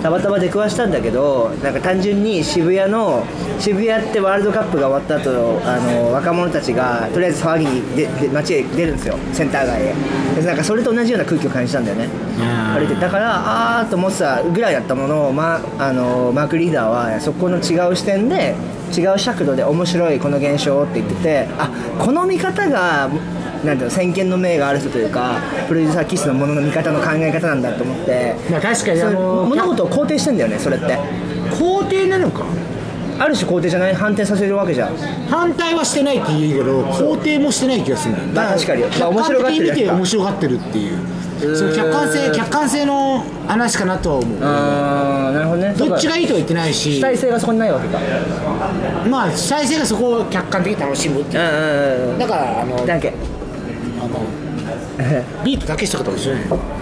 [SPEAKER 3] たまたま出くわしたんだけどなんか単純に渋谷の渋谷ってワールドカップが終わった後あの若者たちがとりあえず騒ぎにでで街へ出るんですよセンター街へでなんかそれと同じような空気を感じたんだよね
[SPEAKER 2] あー
[SPEAKER 3] 歩いてだからあーっと思ってたぐらいだったものを、ま、あのマークリーダーはそこの違う視点で違う尺度で面白いこの現象って言っててあこの見方がなんていうの先見の明がある人というかプロデューサーキスのものの見方の考え方なんだと思って
[SPEAKER 2] まあ確かに
[SPEAKER 3] そ
[SPEAKER 2] あ
[SPEAKER 3] れ
[SPEAKER 2] の
[SPEAKER 3] 物事を肯定してんだよねそれって
[SPEAKER 2] 皇帝なのか
[SPEAKER 3] ある種肯定じゃない反転させるわけじゃん
[SPEAKER 2] 反対はしてないって言うけど肯定もしてない気がするんだ
[SPEAKER 3] まあ確かにまあ
[SPEAKER 2] 客
[SPEAKER 3] 面
[SPEAKER 2] 観
[SPEAKER 3] 白がっ
[SPEAKER 2] 的
[SPEAKER 3] て
[SPEAKER 2] に見
[SPEAKER 3] るやつ
[SPEAKER 2] て
[SPEAKER 3] か
[SPEAKER 2] 面白がってるっていうその客観性客観性の話かなとは思う
[SPEAKER 3] ああなるほどね
[SPEAKER 2] どっちが
[SPEAKER 3] いい
[SPEAKER 2] いいとは言ってないし
[SPEAKER 3] 主体性がそこにないわけか
[SPEAKER 2] まあ主体性がそこを客観的に楽しむっていう
[SPEAKER 3] うんうん
[SPEAKER 2] だからあの
[SPEAKER 3] だっけ
[SPEAKER 2] あのビートたけしとかと一緒ね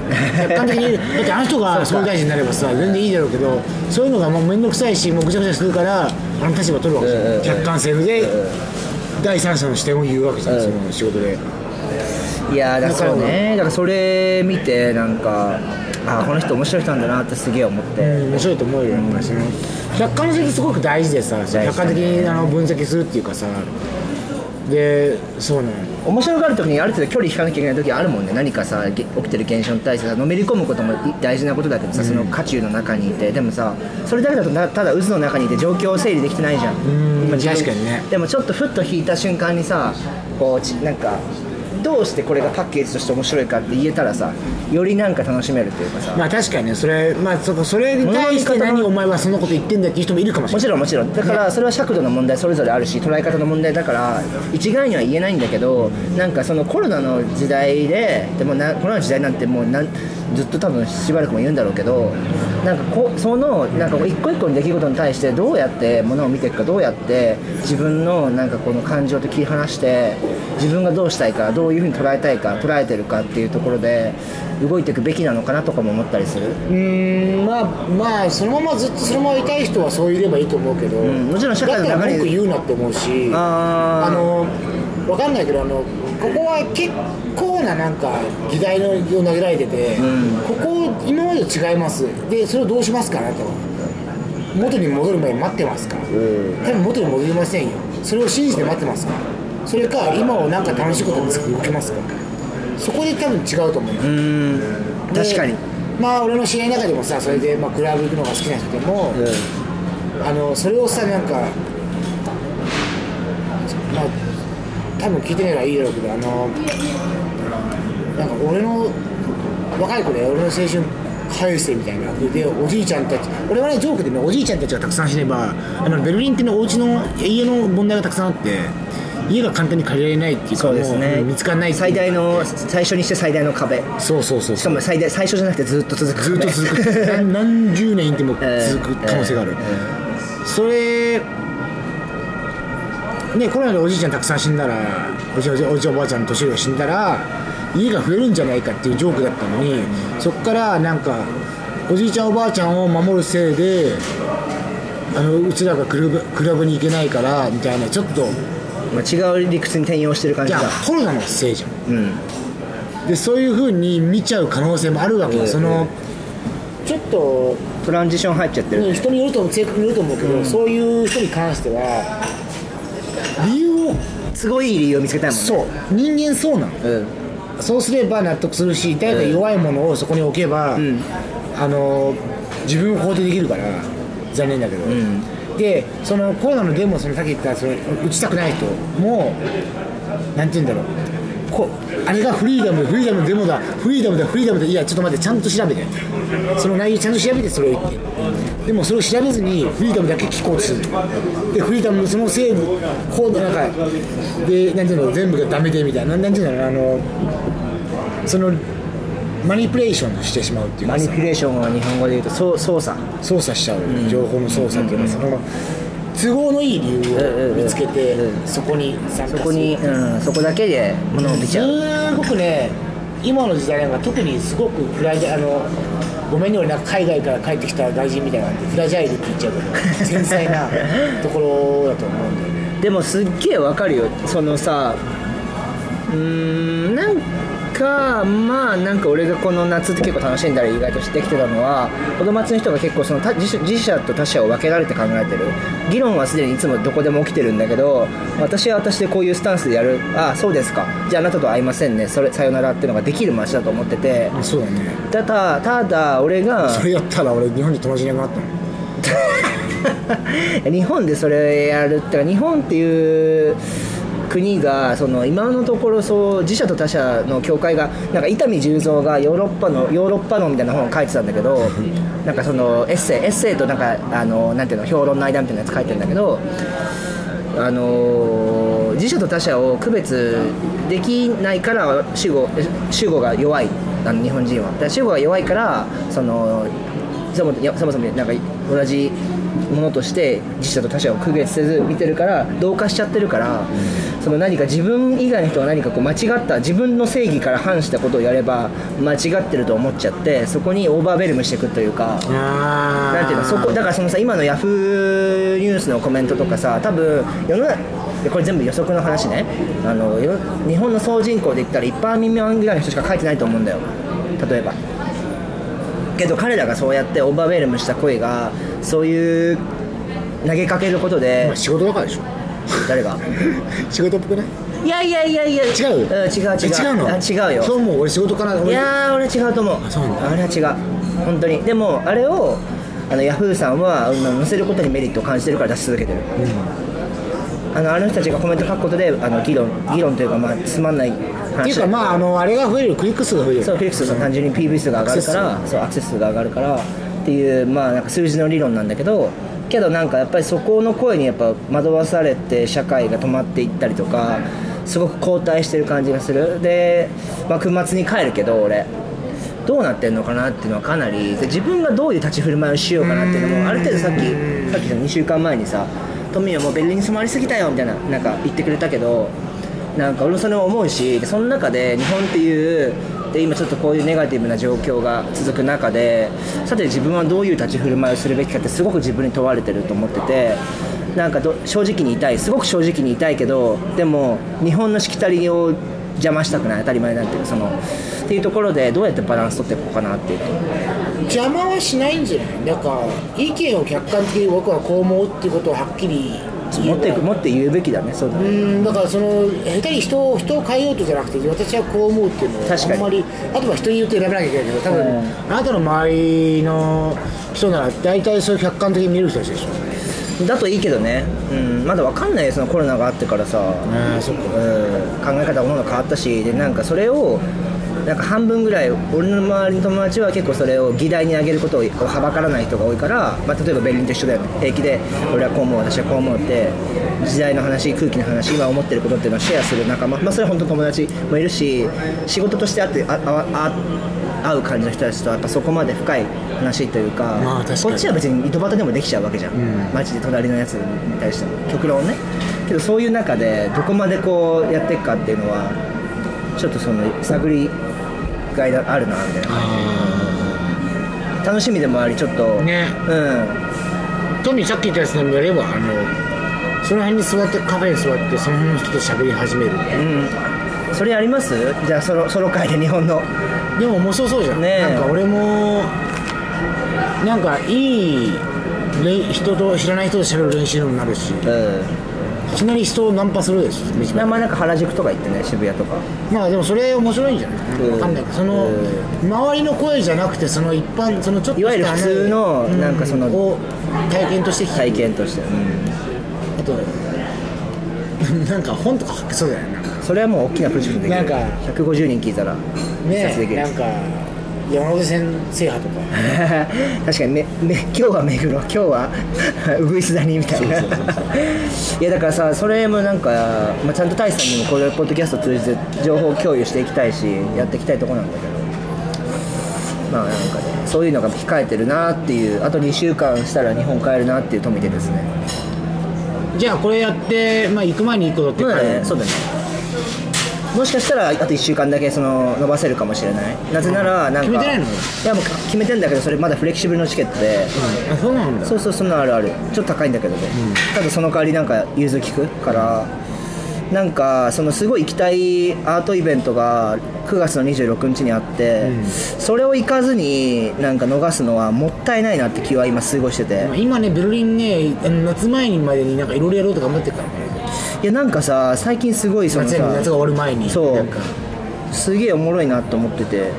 [SPEAKER 2] 客観的にだってあの人が総理大臣になればさ全然いいだろうけどそういうのがもう面倒くさいしもうぐちゃぐちゃするからあの立場取るわけじゃん、
[SPEAKER 3] うん
[SPEAKER 2] 客観性で、第三者の視点を言うわけじゃん、
[SPEAKER 3] うん
[SPEAKER 2] その仕事で
[SPEAKER 3] いやーだからそう
[SPEAKER 2] だから
[SPEAKER 3] ねだからそれ見てなんかあーこの人面白い人なんだなってすげえ思って
[SPEAKER 2] 面白いと思うよやっぱりその客観性ってすごく大事でさ
[SPEAKER 3] だね
[SPEAKER 2] 客観的にあの分析するっていうかさでそうなの
[SPEAKER 3] 面白がる時にある程度距離引かなきゃいけない時あるもんね何かさげ起きてる現象に対してさのめり込むことも大事なことだけどさ、その渦中の中にいてでもさそれだけだとなただ渦の中にいて状況を整理できてないじゃん
[SPEAKER 2] ん
[SPEAKER 3] 自分
[SPEAKER 2] 確かにね
[SPEAKER 3] でもちょっとふっと引いた瞬間にさこうちなんかどうしてこれがパッケージとして面白いかって言えたらさよりなんか楽しめるというかさ
[SPEAKER 2] まあ確かにねそれまあそこそれに対して何お前はそのこと言ってんだっていう人もいるかもしれ
[SPEAKER 3] も
[SPEAKER 2] ない
[SPEAKER 3] ちろんもちろんだからそれは尺度の問題それぞれあるし捉え方の問題だから一概には言えないんだけどなんかそのコロナの時代ででもなコロナの時代なんてもうなんずっと多分しばらくも言うんだろうけどなんかこうそのなんかこう一個一個の出来事に対してどうやってものを見ていくかどうやって自分のなんかこの感情と切り離して自分がどうしたいかどういうふうに捉えたいか捉えてるかっていうところで動いていくべきなのかなとかも思ったりする、
[SPEAKER 2] うーんまあまあそのままずっとそのままいたい人はそういればいいと思うけど、
[SPEAKER 3] んもちろん社会の
[SPEAKER 2] だった
[SPEAKER 3] 中
[SPEAKER 2] ら
[SPEAKER 3] に
[SPEAKER 2] 文句言うなって思うし
[SPEAKER 3] あー
[SPEAKER 2] あのわかんないけどあのここは結構ななんか議題のを投げられてて、
[SPEAKER 3] ん
[SPEAKER 2] ここ今までと違いますでそれをどうしますかなと元に戻る前に待ってますか、多分元に戻りませんよそれを信じて待ってますかそれか今をなんか楽しいことに突き動けますかそこで多分違うと思う、
[SPEAKER 3] うん
[SPEAKER 2] で
[SPEAKER 3] 確かに
[SPEAKER 2] まあ俺の知り合いの中でもさそれでまあクラブ行くのが好きな人でも、あのそれをさなんかまあ多分聞いてないからいいだろうけどあのなんか俺の若い子で俺の青春返せみたいなでおじいちゃんたち俺はねジョークでねおじいちゃんたちがたくさん死ねばあのベルリンってねお家の家の問題がたくさんあって家が簡単に借りられないっていうか
[SPEAKER 3] そうですね
[SPEAKER 2] もう見つからないっていう
[SPEAKER 3] 最大の最初にして最大の壁
[SPEAKER 2] そうそうそう
[SPEAKER 3] し
[SPEAKER 2] そう
[SPEAKER 3] かも最大最初じゃなくてずっと続く
[SPEAKER 2] ずっと続く 何何十年いても続く可能性がある、
[SPEAKER 3] えー
[SPEAKER 2] それねコロナでおじいちゃんたくさん死んだらおじいおじいおじいおばあちゃん年寄りが死んだら家が増えるんじゃないかっていうジョークだったのにそっからなんかおじいちゃんおばあちゃんを守るせいであのうちらがクラブクラブに行けないからみたいなちょっと
[SPEAKER 3] まあ、違う理屈に転用してる感じ
[SPEAKER 2] じゃ
[SPEAKER 3] だ
[SPEAKER 2] あコロナのせいじゃん
[SPEAKER 3] うん
[SPEAKER 2] でそういうふうに見ちゃう可能性もあるわけよ、
[SPEAKER 3] ええ
[SPEAKER 2] そのちょっと
[SPEAKER 3] トランジション入っちゃってる、
[SPEAKER 2] うん人によると思う性格によると思うけど、そういう人に関しては理由を
[SPEAKER 3] すごいいい理由を見つけたいもんね
[SPEAKER 2] そう人間そうなの
[SPEAKER 3] う、ん、
[SPEAKER 2] そうすれば納得するし誰か弱いものをそこに置けば、
[SPEAKER 3] ん
[SPEAKER 2] あの自分を肯定できるから残念だけど、でそのコロナのデモそのさっき言ったその打ちたくない人もなんて言うんだろうこあれがフリーダムフリーダムのデモだフリーダムだフリーダムだいやちょっと待ってちゃんと調べてその内容ちゃんと調べてそれを言ってでもそれを調べずにフリーダムだけ聞こうとするでフリーダムのそのせいでこうなんかでなんていうの全部がダメでみたいななんていうのあのそのマニピュレーションしてしまうっていう
[SPEAKER 3] マ
[SPEAKER 2] か
[SPEAKER 3] ニ
[SPEAKER 2] さ
[SPEAKER 3] ピュレーションは日本語で言うとそう操作
[SPEAKER 2] 操作しちゃう、情報の操作っていうか、その都合のいい理由を見つけて、
[SPEAKER 3] うんうんうん
[SPEAKER 2] そこに参加す
[SPEAKER 3] そ
[SPEAKER 2] る
[SPEAKER 3] こに、うん、そこだけで物を見ちゃう、
[SPEAKER 2] すごくね今の時代なんか特にすごくフラジャあのごめんね俺なんか海外から帰ってきた外人みたいなんでフラジャイルって言っちゃうけど繊細 なところだと思うんだよね
[SPEAKER 3] でもすっげえわかるよそのさうーんなんかまあなんか俺がこの夏って結構楽しんだり意外としてきてたのは子供町の人が結構その他自社自社と他社を分けられて考えてる議論はすでにいつもどこでも起きてるんだけど私は私でこういうスタンスでやるああそうですかじゃああなたと会いませんねそれさよならっていうのができる街だと思ってて
[SPEAKER 2] そうだね
[SPEAKER 3] ただただ俺が
[SPEAKER 2] それやったら俺日本に友達いなくなったの
[SPEAKER 3] 日本でそれやるってか日本っていう国がその今のところそう自社と他社の境界がなんか伊丹十三がヨーロッパのヨーロッパのみたいな本を書いてたんだけどなんかそのエッセイエッセイとなんかあのなんていうの評論の間みたいなやつ書いてるんだけどあのー自社と他社を区別できないから主語主語が弱いあの日本人はだから主語が弱いからそのそもいやそもそもなんか同じものとして自社と他社を区別せず見てるから同化しちゃってるから、その何か自分以外の人は何かこう間違った自分の正義から反したことをやれば間違ってると思っちゃってそこにオーバーベルムしていくというか。
[SPEAKER 2] あ
[SPEAKER 3] なんていうのそこだからそのさ今のヤフーニュースのコメントとかさ多分世の中これ全部予測の話ねあのよ日本の総人口で言ったら一般未満ぐらいの人しか書いてないと思うんだよ例えばけど彼らがそうやってオーバーウェルムした声がそういう投げかけることで
[SPEAKER 2] 今仕事だからでしょ
[SPEAKER 3] 誰が
[SPEAKER 2] 仕事っぽくない
[SPEAKER 3] いやいやいやいや違
[SPEAKER 2] 違う、
[SPEAKER 3] ん、違う違う
[SPEAKER 2] 違うの
[SPEAKER 3] あ違うよ
[SPEAKER 2] そうもう俺仕事から
[SPEAKER 3] いやー俺違うと思う
[SPEAKER 2] あそうなんだ
[SPEAKER 3] あれは違う本当にでもあれをあのヤフーさんはうん載せることにメリットを感じてるから出し続けてる
[SPEAKER 2] 俺うん
[SPEAKER 3] あのあの人たちがコメント書くことであの議論議論というかまあつまんない話
[SPEAKER 2] っていうかまああのあれが増えるクリック数が増える
[SPEAKER 3] そうクリック数が単純に PV 数が上
[SPEAKER 2] ア
[SPEAKER 3] がるか
[SPEAKER 2] クセ
[SPEAKER 3] らそうアクセス数が上がるからっていうまあなんか数字の理論なんだけどけどなんかやっぱりそこの声にやっぱ惑わされて社会が止まっていったりとかすごく後退してる感じがするでまあ幕末に帰るけど俺どうなってんのかなっていうのはかなりで自分がどういう立ち振る舞いをしようかなっていうのもある程度さっきさっきの2週間前にさ「トミーはもうベルリンに染まりすぎたよ」みたいななんか言ってくれたけどなんか俺もそれを思うしでその中で日本っていうで今ちょっとこういうネガティブな状況が続く中でさて自分はどういう立ち振る舞いをするべきかってすごく自分に問われてると思っててなんかど正直にいたいすごく正直にいたいけどでも日本のしきたりを邪魔したくない当たり前なんていうかそのっていうところでどうやってバランス取っていこうかなっていう
[SPEAKER 2] 邪魔はしないんじゃないなんか意見を客観的に僕はこう思うっていうことをはっきり言えば
[SPEAKER 3] 持っていく持って言うべきだねそうだ
[SPEAKER 2] う
[SPEAKER 3] ね
[SPEAKER 2] んだからその下手に人を人を変えようとじゃなくて私はこう思うっていうのを
[SPEAKER 3] 確かに
[SPEAKER 2] あんまりあとは人に言って選べなきゃいけないけど多分、
[SPEAKER 3] うん
[SPEAKER 2] あなたの周りの人なら大体そういう客観的に見れる人たちでしょ
[SPEAKER 3] だといいけどね、うん、まだわかんないよそのコロナがあってからさ、
[SPEAKER 2] ああそっか
[SPEAKER 3] うん、考え方ものが変わったしでなんかそれをなんか半分ぐらい俺の周りの友達は結構それを議題に上げることをこうはばからない人が多いから、まあ、例えばベルリンと一緒だよね平気で俺はこう思う私はこう思うって時代の話空気の話今思ってることっていうのをシェアする仲間、まあ、それは本当友達もいるし仕事として会ってあああ会う感じの人たちとはやっぱそこまで深い話というか,、
[SPEAKER 2] まあ確かに
[SPEAKER 3] こっちは別に糸端でもできちゃうわけじゃん、
[SPEAKER 2] ん
[SPEAKER 3] マジで隣のやつに対しても極論ねけどそういう中でどこまでこうやっていくかっていうのはちょっとその探りがいがあるなみたいな楽しみでもありちょっと
[SPEAKER 2] ね
[SPEAKER 3] うん
[SPEAKER 2] トミーさっき言ったやつでもやればあのその辺に座ってカフェに座ってその辺の人と喋り始める
[SPEAKER 3] うんそれありますじゃあソロソロ会で日本の
[SPEAKER 2] でも面白そうじゃん、
[SPEAKER 3] ねえ
[SPEAKER 2] なんか俺もなんかいいれん人と知らない人と喋る練習にもなるし
[SPEAKER 3] う
[SPEAKER 2] いきなり人をナンパするでしょ道
[SPEAKER 3] んまあ
[SPEAKER 2] 端
[SPEAKER 3] まあなんか原宿とか行ってね渋谷とか
[SPEAKER 2] まあでもそれ面白いんじゃない
[SPEAKER 3] うん
[SPEAKER 2] わかんないけどその
[SPEAKER 3] うん
[SPEAKER 2] 周りの声じゃなくてその一般そのちょっとした
[SPEAKER 3] いわゆる普通の
[SPEAKER 2] うん
[SPEAKER 3] なんかその
[SPEAKER 2] を体験として聞く
[SPEAKER 3] 体験として、
[SPEAKER 2] あとなんか本と か書きそうだよねなんか
[SPEAKER 3] それはもう大きなプロジェクトできる
[SPEAKER 2] なんか
[SPEAKER 3] 150人聞いたら
[SPEAKER 2] ね
[SPEAKER 3] 一冊でき
[SPEAKER 2] え
[SPEAKER 3] る
[SPEAKER 2] なんか山手線制覇とか
[SPEAKER 3] 確かにめめ今日は目黒今日は 鶯谷みたいなそういやだからさそれもなんか、まあ、ちゃんと大志さんにもこれポッドキャストを通じて情報共有していきたいしやっていきたいとこなんだけどまあなんかねそういうのが控えてるなっていうあと2週間したら日本帰るなっていう富でですね
[SPEAKER 2] じゃあこれやって、まあ、行く前に行くことって
[SPEAKER 3] そう
[SPEAKER 2] 書い
[SPEAKER 3] だ
[SPEAKER 2] てあ
[SPEAKER 3] ね
[SPEAKER 2] る
[SPEAKER 3] そうだねもしかしたらあと1週間だけその伸ばせるかもしれないなぜならなんか
[SPEAKER 2] 決めてないの
[SPEAKER 3] やもう決めてんだけどそれまだフレキシブルのチケットで、
[SPEAKER 2] あそうなんだ
[SPEAKER 3] そうそうそんなのあるあるちょっと高いんだけどね、ただその代わりなんか融通きくからなんかそのすごい行きたいアートイベントが9月の26日にあって、それを行かずになんか逃すのはもったいないなって気は今過ごしてて、
[SPEAKER 2] まあ今ねベルリンねあの夏前にまでになんかいろいろやろうと頑張ってるからね
[SPEAKER 3] いやなんかさ最近すごいその
[SPEAKER 2] 夏
[SPEAKER 3] さ
[SPEAKER 2] や夏が終わる前に
[SPEAKER 3] そう
[SPEAKER 2] なんか
[SPEAKER 3] すげえおもろいなと思ってて、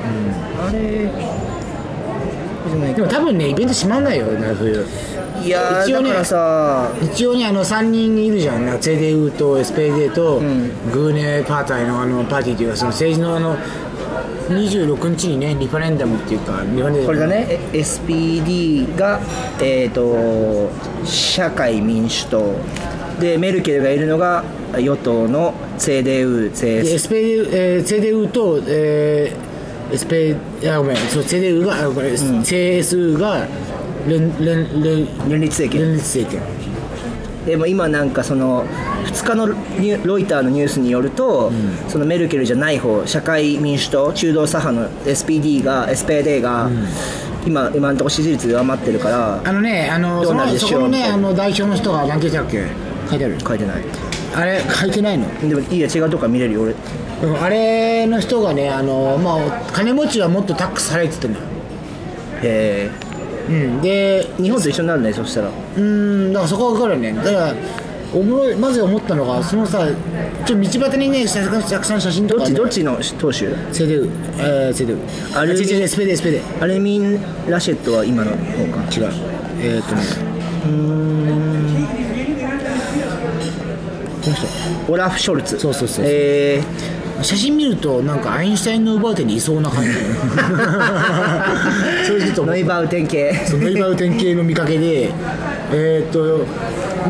[SPEAKER 3] あれでもね
[SPEAKER 2] でも多分ねイベント閉まんないよな冬
[SPEAKER 3] いや
[SPEAKER 2] 一
[SPEAKER 3] ー
[SPEAKER 2] 応
[SPEAKER 3] だ
[SPEAKER 2] ね
[SPEAKER 3] からさ
[SPEAKER 2] 一応ねあの3人いるじゃんナチェデウとエスペデと、
[SPEAKER 3] ん
[SPEAKER 2] グーネパーティーのあのパーティーというかその政治のあの26日にねリファレンダムっていうかリファレンダム
[SPEAKER 3] これだねえ SPD がえっ、と社会民主党でメルケルがいるのが与党の CDU
[SPEAKER 2] でエ
[SPEAKER 3] CS
[SPEAKER 2] スペデウ、えー、チェデウと、えー、エスペいやごめんそうチェデウがあごめん、CSU が連連連
[SPEAKER 3] 連立政権
[SPEAKER 2] 連立政権
[SPEAKER 3] でも今なんかその2日のニュロイターのニュースによると、そのメルケルじゃない方社会民主党中道左派の SPD が SPD が、今今のところ支持率が上回ってるから
[SPEAKER 2] あのねあの
[SPEAKER 3] ど
[SPEAKER 2] そう
[SPEAKER 3] な
[SPEAKER 2] の
[SPEAKER 3] るでしょ
[SPEAKER 2] そうこの
[SPEAKER 3] み
[SPEAKER 2] ね
[SPEAKER 3] たいな
[SPEAKER 2] あの代表の人が何て言ってたっけ書いてある
[SPEAKER 3] 書いてない
[SPEAKER 2] あれ書いてないの
[SPEAKER 3] でもいいや違うとこは見れるよ俺
[SPEAKER 2] うんあれの人がねあの、まあ、金持ちはもっとタックス払えって言ってんだよ、
[SPEAKER 3] え
[SPEAKER 2] うん、で
[SPEAKER 3] ー、日本と一緒になるねそしたら
[SPEAKER 2] うんだからそこは分かるよねだからおもろいまず思ったのがそのさちょっと道端にねたくさん写真と
[SPEAKER 3] ど
[SPEAKER 2] か
[SPEAKER 3] っ
[SPEAKER 2] あ
[SPEAKER 3] ち
[SPEAKER 2] るの
[SPEAKER 3] どっちの党首
[SPEAKER 2] セデウえーセデウ
[SPEAKER 3] アルミ
[SPEAKER 2] 違う違うスペデスペデ
[SPEAKER 3] アルミン・ラシェットは今の方か
[SPEAKER 2] 違うえーっとねこの人
[SPEAKER 3] オラフ・ショルツ
[SPEAKER 2] そうそうそうそう
[SPEAKER 3] え
[SPEAKER 2] 写真見るとなんかアインシュタインの奪う手にい そうな感じそれちょっと 思
[SPEAKER 3] ー、
[SPEAKER 2] っ
[SPEAKER 3] ノイ
[SPEAKER 2] た
[SPEAKER 3] バウ典型
[SPEAKER 2] そのいわゆる典型の見かけで、えーっと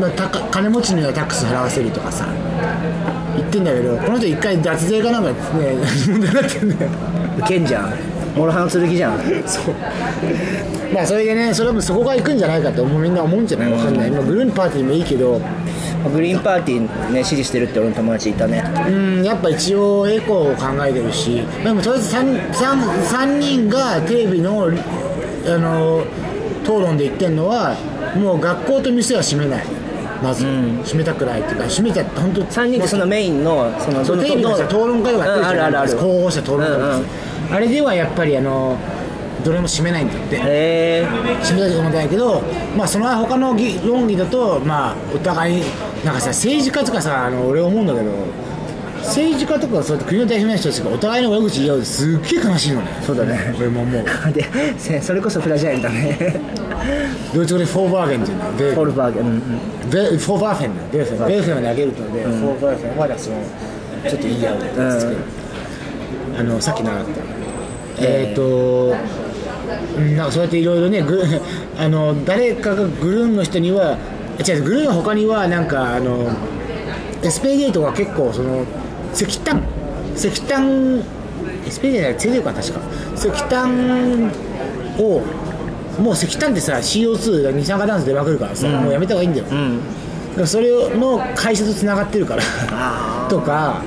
[SPEAKER 2] まあ、たか金持ちにはタックス払わせるとかさ言ってんだけどこの人一回脱税かなんかね問題になってんだよ
[SPEAKER 3] ウケんじゃんモロハの剣じゃん
[SPEAKER 2] そうまあそれでねそれもそこが行くんじゃないかともうみんな思うんじゃないわかんない、まあ、グルーンパーティーもいいけど
[SPEAKER 3] グリーンパーティーね支持してるって俺の友達いたね
[SPEAKER 2] うんやっぱ一応エコーを考えてるしでもとりあえず 3, 3, 人がテレビのあの討論で言ってるのはもう学校と店は閉めないまず、閉めたくないっていうか閉めちゃって本当
[SPEAKER 3] 3人でそのメインのその
[SPEAKER 2] そうテレビのさ討論会をやってるじゃん
[SPEAKER 3] うんあるあるある
[SPEAKER 2] 候補者討論会とかさ
[SPEAKER 3] うんうん
[SPEAKER 2] あれではやっぱりあのどれも閉めないんだって
[SPEAKER 3] えー、
[SPEAKER 2] 閉めたいと思ってないけど、まあ、その他の議論議だと、まあ、お互いになんかさ政治家とかさあの俺思うんだけど政治家とかそうやって国の代表の人たちがお互いの悪口言い合うってすっげえ悲しいのね
[SPEAKER 3] そうだね
[SPEAKER 2] 俺ももう
[SPEAKER 3] でせそれこそフラジャイルだね
[SPEAKER 2] ドイツ語でフォーバーゲンっていうので
[SPEAKER 3] フォルバーゲン、うんうん
[SPEAKER 2] でフォーバーフェンだベーフェンベーフェンは投げるので、フォーバーフェンはだからそのちょっと言い合うやつですけどあのさっき習ったえっ、ー、とうんなんかそうやっていろいろねグ あの誰かがグルーンの人には違うグルーンの他にはなんかあのエスペゲートが結構その石炭石炭エスペゲートじゃないチェデウか確か石炭をもう石炭ってさ CO2 が二酸化炭素出まくるからさ、もうやめた方がいいんだよ、だからそれの会社とつながってるから
[SPEAKER 3] あ
[SPEAKER 2] とか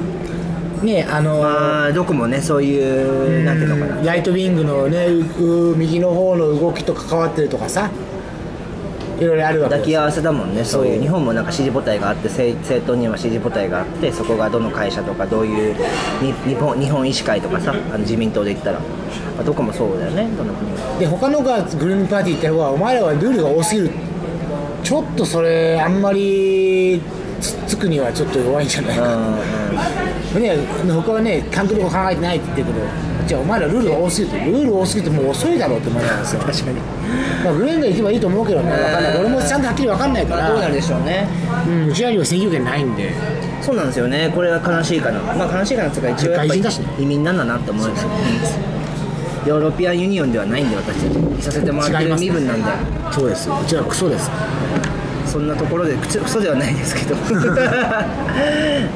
[SPEAKER 2] ねあの、
[SPEAKER 3] まあどこもねそういうなんていうのかな
[SPEAKER 2] ライトウィングのねうう右の方の動きと関わってるとかさいろいろあるわけ
[SPEAKER 3] 抱
[SPEAKER 2] です
[SPEAKER 3] き合わせだもんねそうい
[SPEAKER 2] そう
[SPEAKER 3] う日本もなんか支持母体があって政政党には支持母体があってそこがどの会社とかどういうに日本日本医師会とかさあの自民党で言ったら、まあ、どこもそうだよねどの国も
[SPEAKER 2] で他のがグループパーティー行った方がお前らはルールが多すぎるちょっとそれあんまりつっつくにはちょっと弱いんじゃないかね他はね監督も考えてないって言ってるけどじゃあお前らルールが多すぎるとルール多すぎてもう遅いだろうって思いなんですよ確かにまあグレーンが行けばいいと思うけどねわかんない俺もちゃんとはっきり分かんないから
[SPEAKER 3] どうなるでしょうね
[SPEAKER 2] うんうちらには選挙権ないんで
[SPEAKER 3] そうなんですよねこれは悲しいかなまあ悲しいかなっていうか一応や
[SPEAKER 2] 外
[SPEAKER 3] っぱ
[SPEAKER 2] 人
[SPEAKER 3] り
[SPEAKER 2] だしね
[SPEAKER 3] 移民なんだなって思うんですようんヨーロピアンユニオンではないんで私たちいさせてもらって
[SPEAKER 2] 違い
[SPEAKER 3] る
[SPEAKER 2] ます
[SPEAKER 3] 身分なんで
[SPEAKER 2] そうですうちらクソです
[SPEAKER 3] そんなところで口嘘ではないです けど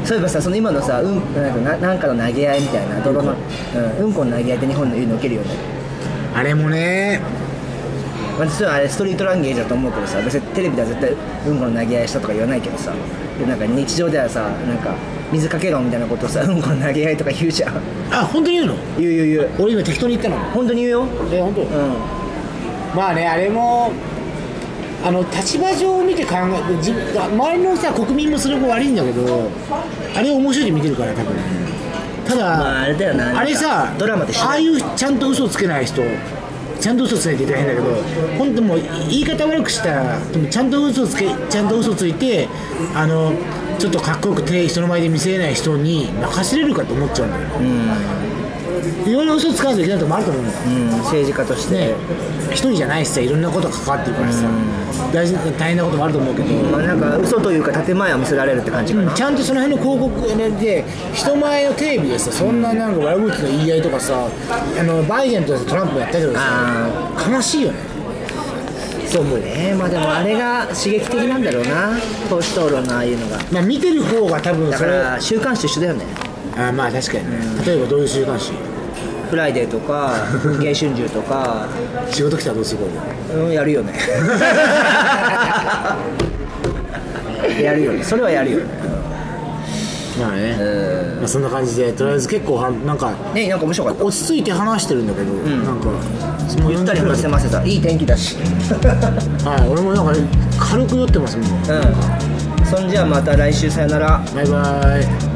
[SPEAKER 3] そういえばさその今のさ、うん、なんかななんかの投げ合いみたいな泥の、うん、うんこの投げ合いって日本の言うの受けるよね、
[SPEAKER 2] あれもね
[SPEAKER 3] まあ、実はあれストリートランゲージだと思うけどさ別にテレビでは絶対うんこの投げ合いしたとか言わないけどさでなんか日常ではさなんか水かけろみたいなことをさうんこの投げ合いとか言うじゃん
[SPEAKER 2] あ本当に言うの
[SPEAKER 3] 言う言う言う
[SPEAKER 2] 俺今適当に言ったの
[SPEAKER 3] 本当に言うよ
[SPEAKER 2] え本当
[SPEAKER 3] うん
[SPEAKER 2] まあねあれもあの立場上を見て考え自分周りのさ国民もそれも悪いんだけどあれを面白いで見てるから多分ただ、
[SPEAKER 3] まああれだよななんか
[SPEAKER 2] あれさ
[SPEAKER 3] ドラマでしょ
[SPEAKER 2] ああいうちゃんと嘘をつけない人ちゃんと嘘つけないって言ったら変だけど本当もう言い方悪くしたらでもちゃんと嘘つけちゃんと嘘ついてあのちょっとかっこよく手人の前で見せれない人に任せれるかと思っちゃうんだよ、いろいろ嘘つかないといけないとこもあると思うんだよ
[SPEAKER 3] うん、政治家として、
[SPEAKER 2] ね一人じゃないしさいろんなことが関わってるからさ大事大変なこともあると思うけど、
[SPEAKER 3] まあ、なんか嘘というか建前を見せられるって感じかな、
[SPEAKER 2] ちゃんとその辺の広告で人前のテレビでさそんななんか悪口の言い合いとかさあのバイデンとトランプもやったけどさ
[SPEAKER 3] あ
[SPEAKER 2] 悲しいよねそう思うね
[SPEAKER 3] えー、まあでもあれが刺激的なんだろうな党首討論のああいうのが
[SPEAKER 2] まあ見てる方が多分
[SPEAKER 3] だ
[SPEAKER 2] そ
[SPEAKER 3] か
[SPEAKER 2] れあ
[SPEAKER 3] ら週刊誌と一緒だよね
[SPEAKER 2] ーまあ確かにね例えばどういう週刊誌
[SPEAKER 3] フライデーとか 文藝春秋とか、
[SPEAKER 2] 仕事来たらどうする
[SPEAKER 3] うん、やる よねやるよねそれはやるよね
[SPEAKER 2] まあねまあそんな感じでとりあえず結構はなんか
[SPEAKER 3] ねなんか面白かった
[SPEAKER 2] 落ち着いて話してるんだけど、なんか
[SPEAKER 3] ゆったり話せませたいい天気だし
[SPEAKER 2] はい俺もなんか軽く酔ってますもん
[SPEAKER 3] うんそんじゃあまた来週さよなら
[SPEAKER 2] バイバイ